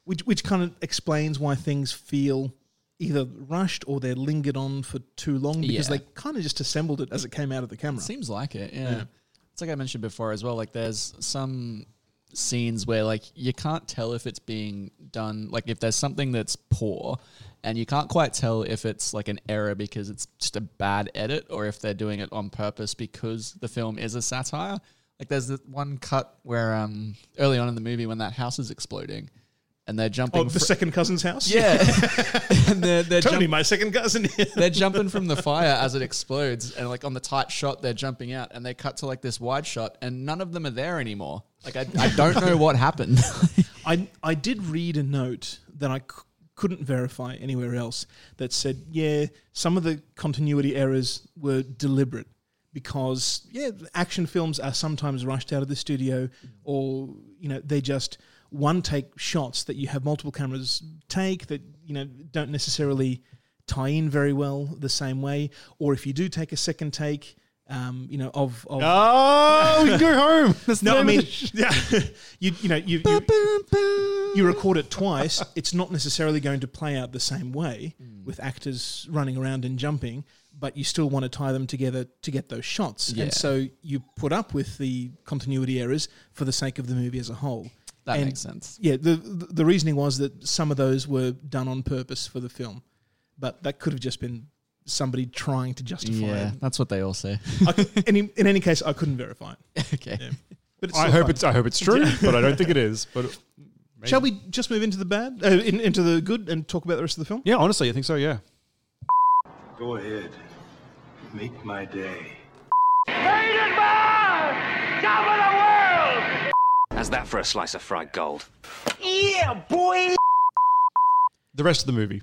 I: which which kind of explains why things feel either rushed or they're lingered on for too long because
J: Yeah.
I: they kind of just assembled it as it came out of the camera.
J: Seems like it, yeah.
I: Yeah.
J: It's like I mentioned before as well. Like, there's some scenes where like you can't tell if it's being done. Like, if there's something that's poor, and you can't quite tell if it's like an error because it's just a bad edit, or if they're doing it on purpose because the film is a satire. Like, there's this one cut where um early on in the movie when that house is exploding, and they're jumping.
I: Oh, the
J: fr-
I: second cousin's house.
J: <laughs> Yeah.
I: <laughs>
J: and they're, they're
I: Tony,
J: jump-
I: my second cousin. <laughs>
J: they're jumping from the fire as it explodes, and like on the tight shot, they're jumping out, and they cut to like this wide shot, and none of them are there anymore. Like I, I don't know what happened. <laughs>
I: I I did read a note that I c- couldn't verify anywhere else that said, yeah, some of the continuity errors were deliberate because yeah, action films are sometimes rushed out of the studio, or you know they just one take shots that you have multiple cameras take that you know don't necessarily tie in very well the same way, or if you do take a second take. Um, you know, of, of
H: Oh, we can go home. <laughs> That's the
I: no, I
H: name of
I: mean,
H: the sh-
I: <laughs> yeah, you you know you you, you record it
J: <laughs>
I: twice. It's not necessarily going to play out the same way
J: Mm.
I: with actors running around and jumping, but you still want to tie them together to get those shots.
J: Yeah.
I: And so you put up with the continuity errors for the sake of the movie as a whole.
J: That
I: And,
J: makes sense.
I: Yeah, the the the reasoning was that some of those were done on purpose for the film, but that could have just been somebody trying to justify
J: yeah,
I: it.
J: that's what they all <laughs> say.
I: I cou- any, in any case, I couldn't verify it.
J: Okay.
I: Yeah. But
H: I
I: still
H: hope
I: fun.
H: it's I hope it's <laughs> true,
I: Yeah.
H: but I don't think it is. But
I: Shall we just move into the bad, uh, in, into the good, and talk about the rest of the film?
H: yeah, honestly, I think so. Yeah.
O: Go ahead. Make my day.
A: How's that for a slice of fried gold?
F: Yeah, boy!
H: The rest of the movie.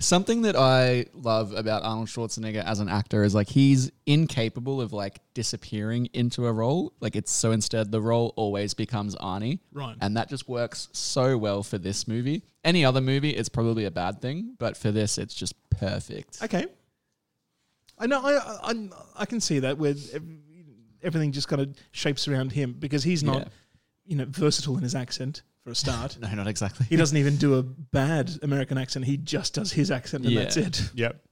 J: Something that I love about Arnold Schwarzenegger as an actor is like he's incapable of like disappearing into a role. Like it's so instead the role always becomes Arnie.
I: Right.
J: And that just works so well for this movie. Any other movie, it's probably a bad thing, but for this it's just perfect.
I: <laughs> Okay. I know. I I, I'm- I can see that where ev- everything just kind of shapes around him because he's not,
J: Yeah.
I: you know, versatile in his accent for a start.
J: No, not exactly.
I: he doesn't even do a bad American accent. He just does his accent, and that's it.
H: Yep.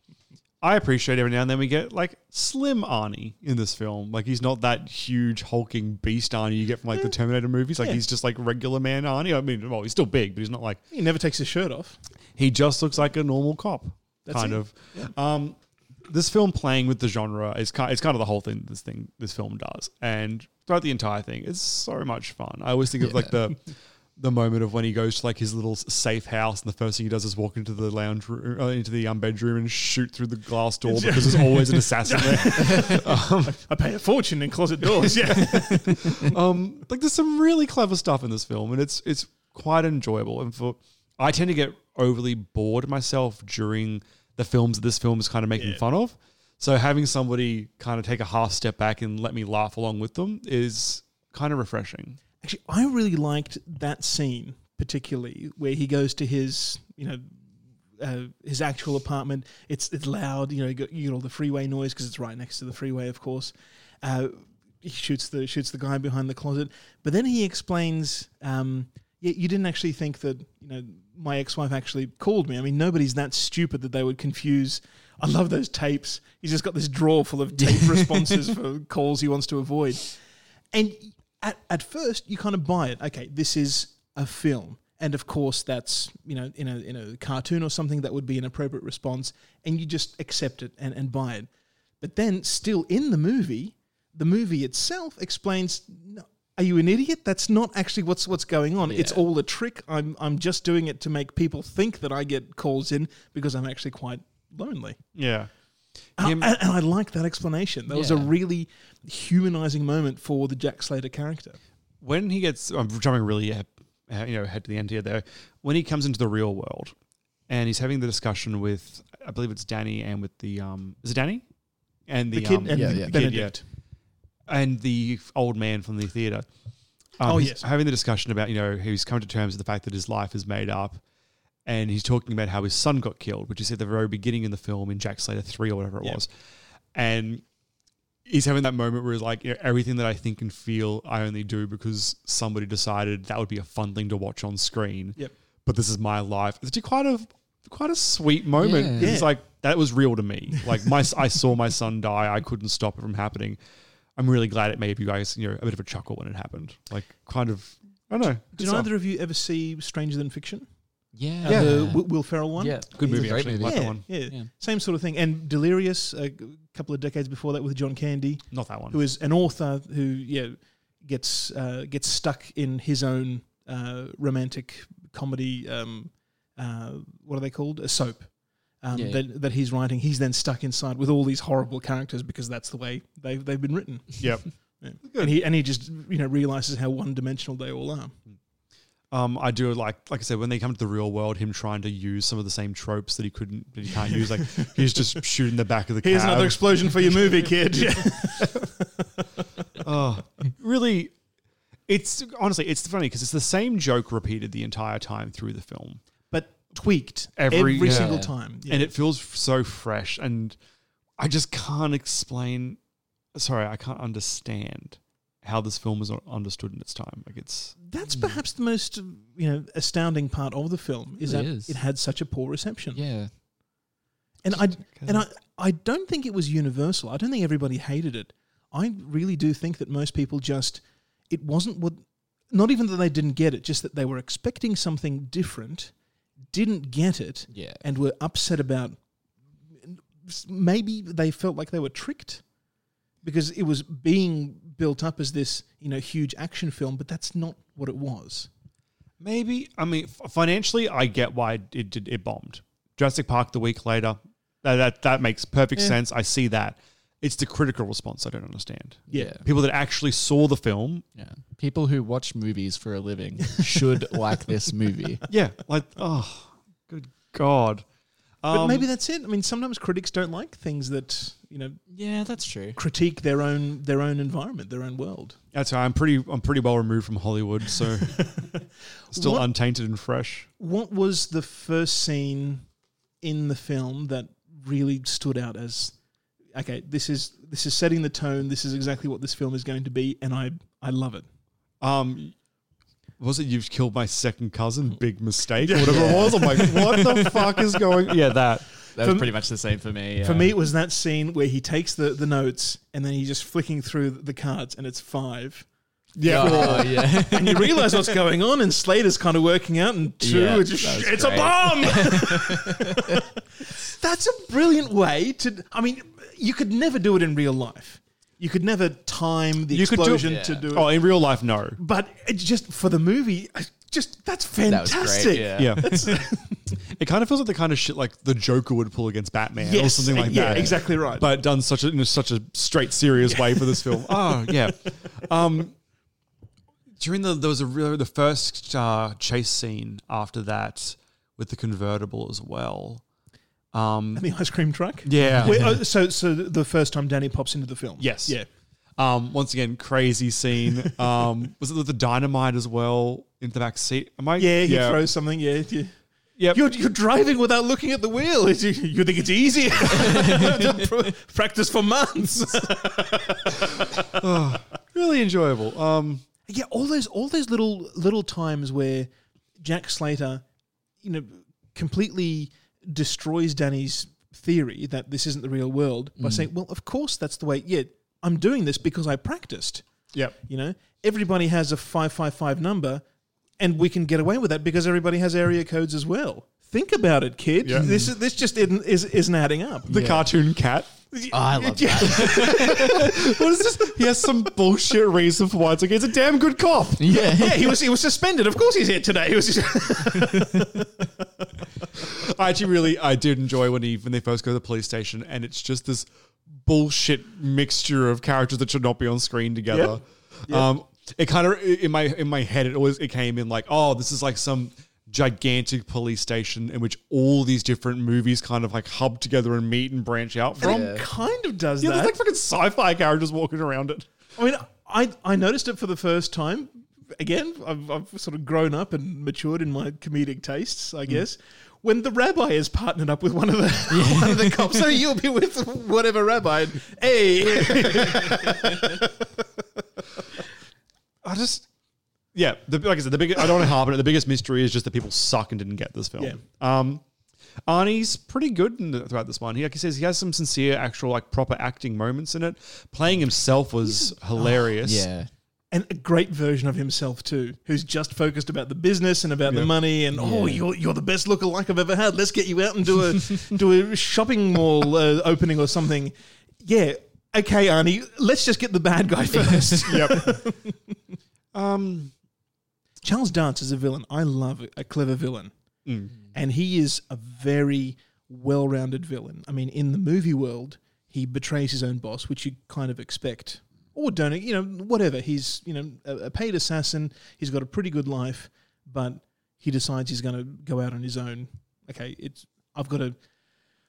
H: I appreciate every now and then we get like slim Arnie in this film. Like he's not that huge hulking beast Arnie you get from like the Terminator movies. Like
I: Eh, Yeah.
H: he's just like regular man Arnie. I mean, well, he's still big, but he's not like
I: He never takes his shirt off.
H: he just looks like a normal cop,
I: That's
H: kind
I: it.
H: of. Um, this film playing with the genre is kind. It's kind of the whole thing. This thing, this film does, and throughout the entire thing, it's so much fun. I always think of like the.
I: <laughs>
H: The moment of when he goes to like his little s- safe house, and the first thing he does is walk into the lounge room, uh, into the um, bedroom, and shoot through the glass
I: <laughs>
H: door because there's always an assassin there. Um,
I: I pay a fortune in closet
H: <laughs>
I: doors. Yeah.
H: um, like there's some really clever stuff in this film, and it's it's quite enjoyable. And for I tend to get overly bored myself during the films that this film is kind of making fun of. So having somebody kind of take a half step back and let me laugh along with them is kind of refreshing.
I: Actually, I really liked that scene particularly where he goes to his, you know, uh, his actual apartment. It's it's loud, you know, you got, you got all the freeway noise because it's right next to the freeway, of course. Uh, he shoots the shoots the guy behind the closet, but then he explains, um, "Yeah, you didn't actually think that, you know, my ex-wife actually called me. I mean, nobody's that stupid that they would confuse." I love those tapes. He's just got this drawer full of tape responses for calls he wants to avoid. And at, at first, you kind of buy it. Okay, this is a film. And of course, that's, you know, in a, in a cartoon or something, that would be an appropriate response. And you just accept it and, and buy it. But then, still in the movie, the movie itself explains no, are you an idiot? That's not actually what's what's going on. It's
J: Yeah.
I: all a trick. I'm, I'm just doing it to make people think that I get calls in because I'm actually quite lonely.
H: Yeah.
I: Oh, And, and- and I like that explanation. That was a
H: Yeah.
I: really humanizing moment for the Jack Slater character.
H: when he gets I'm jumping really uh, uh, you know head to the end here though when he comes into the real world and he's having the discussion with I believe it's Danny and with the um is it Danny and the,
I: The kid
H: um,
I: and Yeah, the yeah.
H: kid,
I: Benedict.
H: and the f- old man from the theater
I: Oh,
H: he's
I: yes.
H: having the discussion about you know he's come to terms with the fact that his life is made up and he's talking about how his son got killed which is at the very beginning in the film in Jack Slater 3 or whatever it was and he's having that moment where he's like, you know, everything that I think and feel, I only do because somebody decided that would be a fun thing to watch on screen.
I: Yep.
H: But this is my life. It's actually quite a quite a sweet moment.
I: Yeah.
H: It's
I: Yeah.
H: like that was real to me. Like my, <laughs> I saw my son die. I couldn't stop it from happening. I'm really glad it made you guys, you know, a bit of a chuckle when it happened. Like kind of, I don't know.
I: Did either of you ever see Stranger Than Fiction?
J: Yeah.
I: Uh,
H: Yeah.
I: the Wi- Will Ferrell one.
J: Yeah.
H: Good
J: He's a
H: movie,
J: great
H: actually.
J: movie.
H: Like
I: yeah,
H: that one.
I: yeah. same sort of thing. And Delirious, a g- couple of decades before that, with John Candy.
H: Not that one.
I: Who is an author who yeah gets uh, gets stuck in his own uh, romantic comedy. Um, uh, what are they called? A soap. Um,
J: Yeah.
I: that, that he's writing, he's then stuck inside with all these horrible characters because that's the way they've, they've been written.
H: Yep.
I: Yeah. And he and he just you know realizes how one dimensional they all are.
H: Um, I do like, like I said, when they come to the real world, him trying to use some of the same tropes that he couldn't, that he can't
I: <laughs>
H: use. Like he's just shooting the back of the.
I: Here's
H: cab.
I: another explosion for
H: <laughs>
I: your movie, kid.
H: oh, really, it's honestly, it's funny because it's the same joke repeated the entire time through the film,
I: but tweaked
H: every,
I: every
H: yeah.
I: single time. Yeah.
H: and it feels so fresh. And I just can't explain. Sorry, I can't understand how this film was understood in its time. Like it's
J: Mm.
I: That's perhaps the most you know astounding part of the film is
J: Really
I: that
J: is.
I: it had such a poor reception.
J: Yeah.
I: and I and I I don't think it was universal. I don't think everybody hated it. I really do think that most people just it wasn't what not even that they didn't get it, just that they were expecting something different, didn't get it,
J: Yeah.
I: and were upset about maybe they felt like they were tricked because it was being built up as this, you know, huge action film, but that's not what it was.
H: Maybe I mean f- financially, I get why it did it bombed. Jurassic Park the week later, that that, that makes perfect
I: Yeah.
H: sense. I see that. It's the critical response I don't understand.
I: Yeah.
H: people that actually saw the film.
J: Yeah, people who watch movies for a living should like this movie.
H: yeah, like oh, good god.
I: But
H: Um,
I: maybe that's it. I mean, sometimes critics don't like things that you know.
J: Yeah, that's true.
I: Critique their own their own environment, their own world.
H: that's right. I'm pretty I'm pretty well removed from Hollywood,
I: <laughs>
H: so still
I: What-
H: untainted and fresh.
I: What was the first scene in the film that really stood out as okay, this is this is setting the tone. This is exactly what this film is going to be, and I I love it.
H: Um, was it you've killed my second
I: <laughs>
H: cousin? Big mistake, or whatever it was. I'm like, what
J: <laughs>
H: the fuck is going? Yeah, that.
J: That was pretty much the same for me.
I: For
J: yeah.
I: me, it was that scene where he takes the, the notes and then he's just flicking through the cards and it's five.
H: Yeah.
I: four.
H: Oh, yeah.
I: and you realize what's going on, and Slater's kind of working out, and two,
J: Yeah,
I: it's, just,
J: that was
I: it's a
J: great.
I: bomb.
H: <laughs>
I: <laughs> That's a brilliant way to. I mean, you could never do it in real life. You could never time the explosion to do it.
H: Oh, in real life, no.
I: But it just for the movie, I just that's
H: That was great,
I: fantastic.
H: yeah.
I: <laughs>
H: Yeah. <laughs> It kind of feels like the kind of shit like the Joker would pull against Batman or
I: Yes,
H: something like
I: yeah,
H: that.
I: exactly right.
H: But done such a, in such a straight, serious way for
I: <laughs>
H: this film. Oh yeah. Um, during the there was a real, the first uh, chase scene after that with the convertible as well. uh, Um,
I: the ice cream truck.
H: Yeah.
I: Wait, <laughs> oh, so so the first time Danny pops into the film.
H: Yes.
I: Yeah.
H: Um, once again, crazy scene. Um, was it with the dynamite as well in the back seat? Am I?
I: Yeah, he throws something. Yeah, yeah. You're, you're driving without looking at the wheel. You, you think it's easy? <laughs> Practice for months.
H: Oh, really enjoyable. Um,
I: <laughs> yeah, all those all those little little times where Jack Slater, you know, completely destroys Danny's theory that this isn't the real world by
H: Mm.
I: saying, "Well, of course that's the way." Yeah, I'm doing this because I practiced.
H: Yep.
I: You know, everybody has a five five five number, and we can get away with that because everybody has area codes as well. Think about it, kid.
H: Yeah.
I: This is this just isn't, is, isn't adding up.
H: The cartoon cat.
I: <laughs>
J: I love
H: that. what is this? He has some bullshit reason for why it's like it's a damn good cop.
I: Yeah, yeah. He was he was suspended. Of course, he's here today. He was. <laughs>
H: I actually really I did enjoy when he when they first go to the police station and it's just this bullshit mixture of characters that should not be on screen together.
R: Yep. Yep.
H: Um, it kind of in my in my head it always it came in like oh this is like some gigantic police station in which all these different movies kind of like hub together and meet and branch out from.
I: And it kind of does
H: Yeah,
I: that.
H: there's like fucking sci-fi characters walking around it.
I: I mean, I I noticed it for the first time. Again, I've, I've sort of grown up and matured in my comedic tastes, I guess. When the rabbi is partnered up with one <laughs> of the one of the cops, so you'll be with whatever rabbi. and, hey,
H: I just, yeah, the, like I said, the biggest. I don't want to harp on it. The biggest mystery is just that people suck and didn't get this film.
I: Yeah.
H: Um, Arnie's pretty good in the, throughout this one. He, like he says, he has some sincere, actual, like proper acting moments in it. Playing himself was hilarious.
I: and a great version of himself too, who's just focused about the business and about
H: Yeah.
I: the money. And oh,
H: Yeah.
I: you're you're the best lookalike I've ever had. Let's get you out and do <laughs> a do a shopping mall uh, opening or something. Yeah, okay, Arnie. Let's just get the bad <laughs> guy first.
H: <laughs> yep.
I: Um, Charles Dance is a villain. I love a clever villain,
H: Mm.
I: and he is a very well-rounded villain. I mean, in the movie world, he betrays his own boss, which you kind of expect, or don't. You know, whatever. He's you know a, a paid assassin. He's got a pretty good life, but he decides he's going to go out on his own. Okay, it's I've got to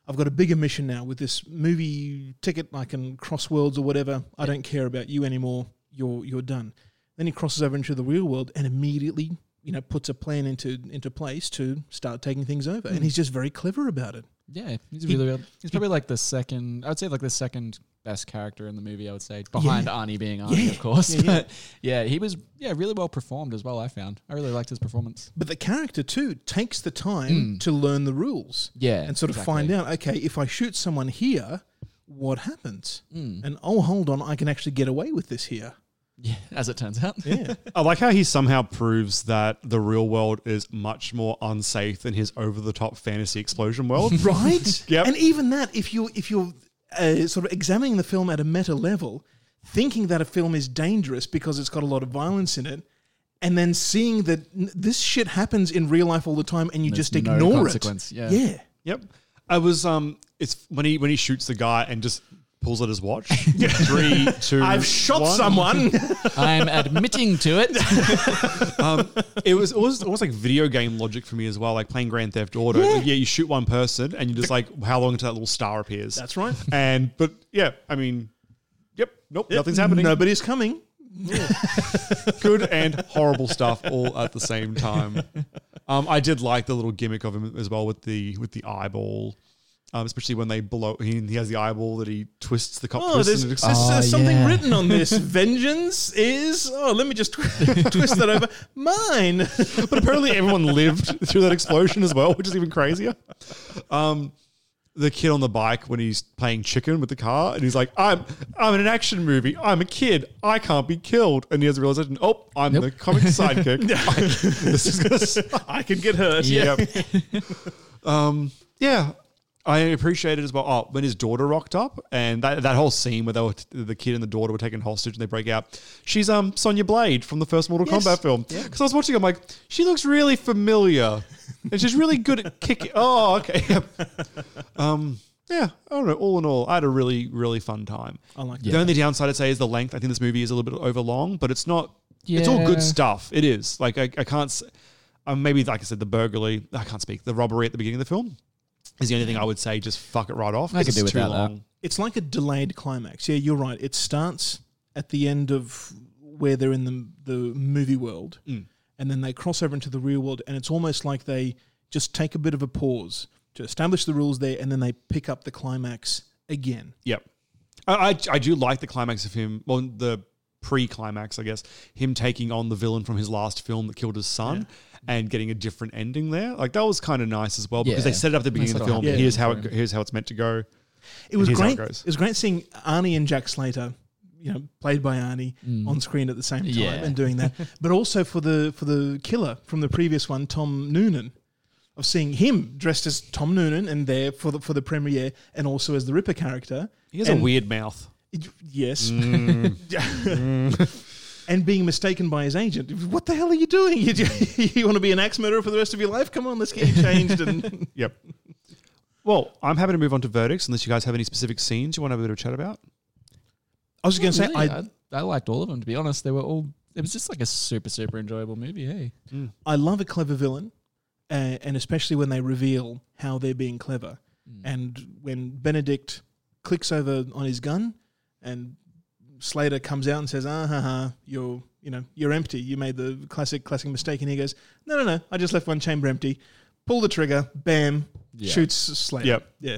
I: I've got a bigger mission now with this movie ticket. I can cross worlds or whatever. I don't care about you anymore. You're you're done. Then he crosses over into the real world and immediately, you know, puts a plan into into place to start taking things over. And he's just very clever about it.
J: Yeah, he's
I: He-
J: really good. He's probably like the second. I would say like the second best character in the movie. I would say behind Arnie being Arnie,
I: Yeah.
J: of course.
I: Yeah, yeah.
J: But yeah, he was yeah really well performed as well. I found I really liked
I: <laughs>
J: his performance.
I: But the character too takes the time
J: Mm.
I: to learn the rules.
J: Yeah,
I: And sort of find out, okay, if I shoot someone here, what happens? And oh hold on, I can actually get away with this here.
J: Yeah, as it turns out.
I: Yeah.
H: I like how he somehow proves that the real world is much more unsafe than his over-the-top fantasy explosion world.
I: right?
H: Yep.
I: And even that, if you if you're uh, sort of examining the film at a meta level, thinking that a film is dangerous because it's got a lot of violence in it, and then seeing that n- this shit happens in real life all the time, and you
J: There's
I: just
J: no
I: ignore
J: consequence,
I: it.
J: yeah.
I: yeah.
H: Yep. I was um it's when he when he shoots the guy and just pulls out his
I: <laughs>
H: watch. Three, two
I: I've shot
H: one. <laughs>
I: someone.
J: <laughs> I'm admitting to it.
H: um it was almost almost like video game logic for me as well, like playing Grand Theft Auto. Yeah, you shoot one person and you're just like how long until that little star appears.
I: <laughs> That's right.
H: And but yeah, I mean Yep, nope,
I: Yep,
H: nothing's happening.
I: Nobody's coming.
H: Good and horrible stuff all at the same time. Um, I did like the little gimmick of him as well with the with the eyeball. um, especially when they blow. He, he has the eyeball that he twists the cop.
I: Oh,
H: twists
I: there's,
H: and Ah, it
I: there's,
H: explodes.
I: there's something written on this. Vengeance is. Oh, let me just tw- <laughs> twist that over. Mine. <laughs>
H: but apparently everyone lived <laughs> through that explosion as well, which is even crazier. Um, the kid on the bike when he's playing chicken with the car, and he's like, "I'm I'm in an action movie. I'm a kid. I can't be killed." And he has a realization, "Oh, I'm the comic
I: <laughs>
H: sidekick. <laughs> I, this is gonna suck."
I: I can get hurt.
H: Yeah.
I: Yep.
H: <laughs> um, yeah. I appreciate it as well. Oh, when his daughter rocked up, and that, that whole scene where they were the kid and the daughter were taken hostage, and they break out. She's um Sonya Blade from the first Mortal
I: Yes.
H: Kombat film.
I: Yeah.
H: Because I was watching, I'm like, she looks really familiar, and she's really good at kicking. <laughs> Oh, okay. Yep. Um, yeah. I don't know. All in all, I had a really really fun time.
I: I like
H: The
I: that.
H: only downside I'd say is the length. I think this movie is a little bit overlong, but it's not. It's all
I: Yeah.
H: good stuff. It is. Like I, I can't. s- Um, maybe like I said, the burglary. I can't speak. The robbery at the beginning of the film is the only thing I would say. Just fuck it right off. 'cause it's too long.
I: It's like a delayed climax. Yeah, you're right. It starts at the end of where they're in the the movie world,
H: Mm.
I: and then they cross over into the real world, and it's almost like they just take a bit of a pause to establish the rules there, and then they pick up the climax again.
H: Yep. I, I, I do like the climax of him, well, the pre climax, I guess, him taking on the villain from his last film that killed his son and getting a different ending there. Like, that was kind of nice as well because they
I: Yeah.
H: set it up at the
I: Nice
H: beginning of the
I: little
H: film.
I: happy
H: Here's,
I: ending
H: how
I: for
H: it, go- here's how it's meant to go.
I: It
H: and
I: was
H: here's how
I: great. It,
H: goes.
I: was great seeing Arnie and Jack Slater, you know, played by Arnie
H: Mm.
I: on screen at the same time
H: Yeah.
I: and doing
H: <laughs>
I: that. but also for the for the killer from the previous one, Tom Noonan, of seeing him dressed as Tom Noonan and there for the for the premiere and also as the Ripper character.
H: He has
I: And-
H: a weird mouth.
I: Yes.
H: Mm.
I: <laughs> Yeah. and being mistaken by his agent. What the hell are you doing? <laughs> You, you want to be an axe murderer for the rest of your life? Come on, let's get you
H: <laughs>
I: changed. And
H: Yep. Well, I'm happy to move on to verdicts unless you guys have any specific scenes you want to have a bit of a chat about.
I: I was
J: Not really. I, I liked all of them. To be honest, they were all. It was just like a super super enjoyable movie. Hey,
I: I love a clever villain, uh, and especially when they reveal how they're being clever.
H: Mm.
I: And when Benedict clicks over on his gun, and Slater comes out and says, "Ah ha ha, you're you know you're empty. You made the classic classic mistake." And he goes, "No no no, I just left one chamber empty." Pull the trigger, bam,
H: Yeah.
I: shoots Slater.
H: Yep.
I: Yeah,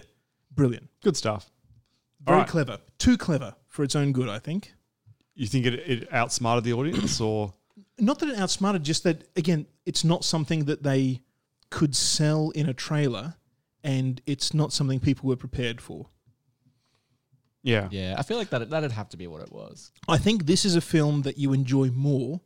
I: brilliant,
H: good stuff.
I: Very
H: All right.
I: clever, too clever for its own good, I think.
H: You think it, it outsmarted the audience or. <clears throat>
I: not that it outsmarted, just that again, it's not something that they could sell in a trailer, and it's not something people were prepared for.
H: Yeah.
J: Yeah, I feel like that that'd have to be what it was.
I: I think this is a film that you enjoy more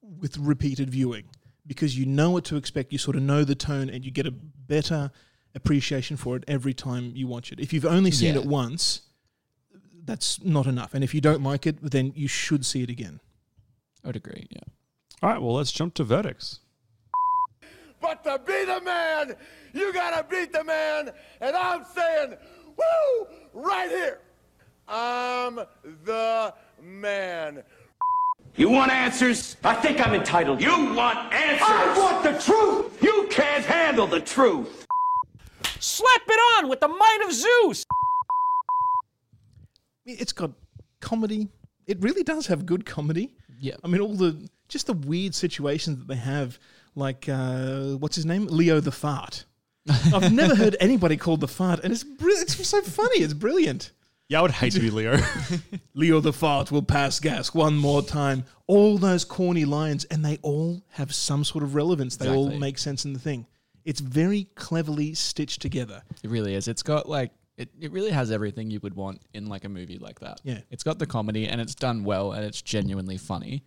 I: with repeated viewing because you know what to expect, you sort of know the tone, and you get a better appreciation for it every time you watch it. If you've only seen
J: Yeah.
I: it once, that's not enough. And if you don't like it, then you should see it again.
J: I would agree. Yeah.
H: All right, well, let's jump to verdicts.
F: But to be the man, you gotta beat the man. And I'm saying, woo, right here. I'm the man.
R: You want answers? I think I'm entitled. You want answers? I want the truth! You can't handle the truth!
S: Slap it on with the might of Zeus!
I: it's got comedy. It really does have good comedy.
J: Yeah.
I: I mean, all the just the weird situations that they have, like uh, what's his name, Leo the
J: <laughs>
I: Fart. I've never heard anybody called the Fart, and it's bri- it's so funny. It's brilliant.
H: Yeah, I would hate to be Leo. <laughs>
I: Leo the Fart will pass gas one more time. All those corny lines, and they all have some sort of relevance. They all
J: Exactly.
I: make sense in the thing. It's very cleverly stitched together.
J: It really is. It's got like it, it really has everything you would want in like a movie like that.
I: Yeah.
J: It's got the comedy and it's done well and it's genuinely funny.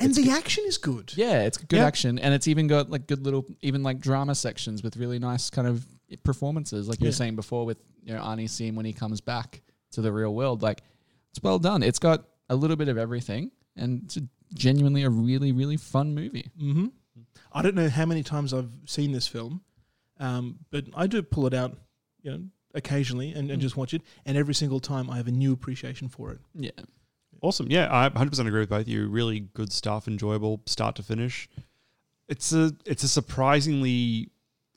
I: And the action is good.
J: Yeah, it's good
I: Yeah.
J: action and it's even got like good little even like drama sections with really nice kind of performances like you were
I: Yeah.
J: saying before with you know Arnie seeing when he comes back to the real world like it's well done. It's got a little bit of everything and it's a- genuinely a really really fun movie.
I: Mm-hmm. I don't know how many times I've seen this film, um, but I do pull it out, you know, occasionally and, and just watch it. And every single time, I have a new appreciation for it.
J: Yeah.
H: Awesome. Yeah, I 100% agree with both of you. Really good stuff, enjoyable start to finish. It's a it's a surprisingly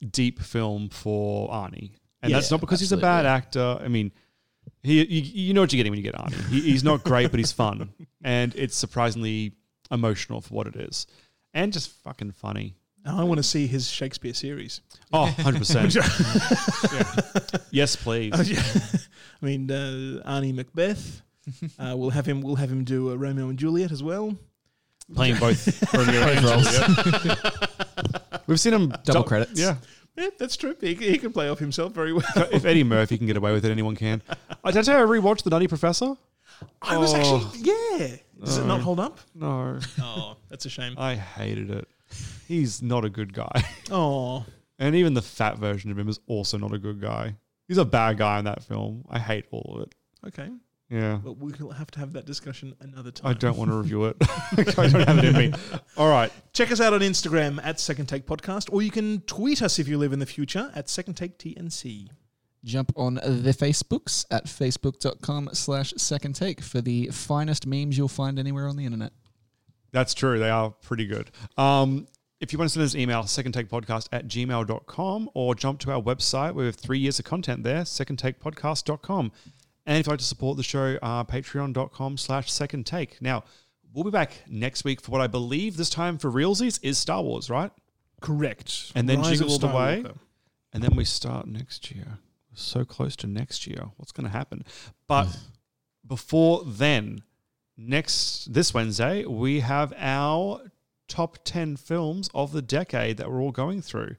H: deep film for Arnie. And that's
J: Yeah,
H: not because he's a
J: absolutely,
H: bad actor. I mean, he you, you know what you're getting when you get Arnie. He, he's not great, but he's <laughs> fun. And it's surprisingly emotional for what it is. And just fucking funny.
I: I want to see his Shakespeare series.
H: Oh, <laughs> 100%.
I: Which-
H: Yeah. Yes, please.
I: Oh, yeah. <laughs> I mean, uh, Arnie <laughs> Macbeth. Uh, we'll have him. We'll have him do uh, Romeo and Juliet as well.
H: Playing both Romeo and Juliet. We've seen him
J: double
H: dou-
J: credits.
H: Yeah.
I: Yeah, that's true. He, he can play off himself very well.
H: If Eddie Murphy can get away with it, anyone can. I did I ever rewatch The Nutty Professor?
I: <laughs> I was actually, yeah. Does it
H: Oh.
I: not hold up?
H: No.
I: Oh, that's a shame.
H: I hated it. He's not a good guy.
I: <laughs>
H: <laughs>
I: Oh.
H: And even the fat version of him is also not a good guy. He's a bad guy in that film. I hate all of it.
I: Okay.
H: Yeah.
I: But we'll have to have that discussion another time.
H: I don't <laughs> want to review it. I don't have it in me. All right.
I: Check us out on Instagram at Second Take Podcast, or you can tweet us if you live in the future at Second Take TNC.
J: Jump on the Facebooks at facebook.com slash second take for the finest memes you'll find anywhere on the internet.
H: That's true. They are pretty good. Um, if you want to send us an email, secondtakepodcast at gmail.com or jump to our website. We have three years of content there, secondtakepodcast.com. And if you'd like to support the show, uh, patreon.com slash second take. Now, we'll be back next week for what I believe this time for realsies is Star Wars, right?
I: Correct.
H: And then
I: Rise
H: Jiggle
I: of
H: All the Way.
I: Skywalker.
H: And then we start next year. We're so close to next year. What's going to happen? But
I: Mm.
H: before then, next this Wednesday, we have our top 10 films of the decade that we're all going through.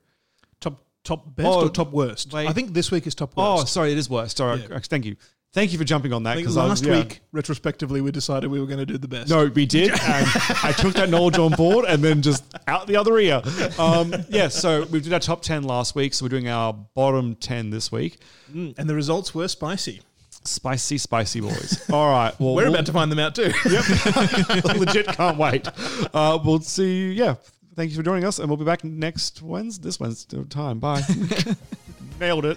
I: Top top best or top worst? I think this week is top
H: Oh,
I: worst.
H: sorry, it is worst. Sorry.
I: Yeah.
H: I- I- Thank you. Thank you for jumping on that
I: I think
H: because
I: last
H: I, yeah.
I: week, retrospectively, we decided we were going to do the best.
H: No, we
I: <laughs>
H: did. And I took that knowledge on board and then just out the other ear. Um, yeah, so we did our top 10 last week. So we're doing our bottom 10 this week.
I: Mm, and the results were spicy.
H: Spicy, spicy boys. All right. Well,
I: We're
H: we'll-
I: about to find them out too. <laughs>
H: <laughs> legit can't wait. Uh, we'll see you. Yeah. Thank you for joining us. And we'll be back next Wednesday, this Wednesday time. Bye. Nailed it.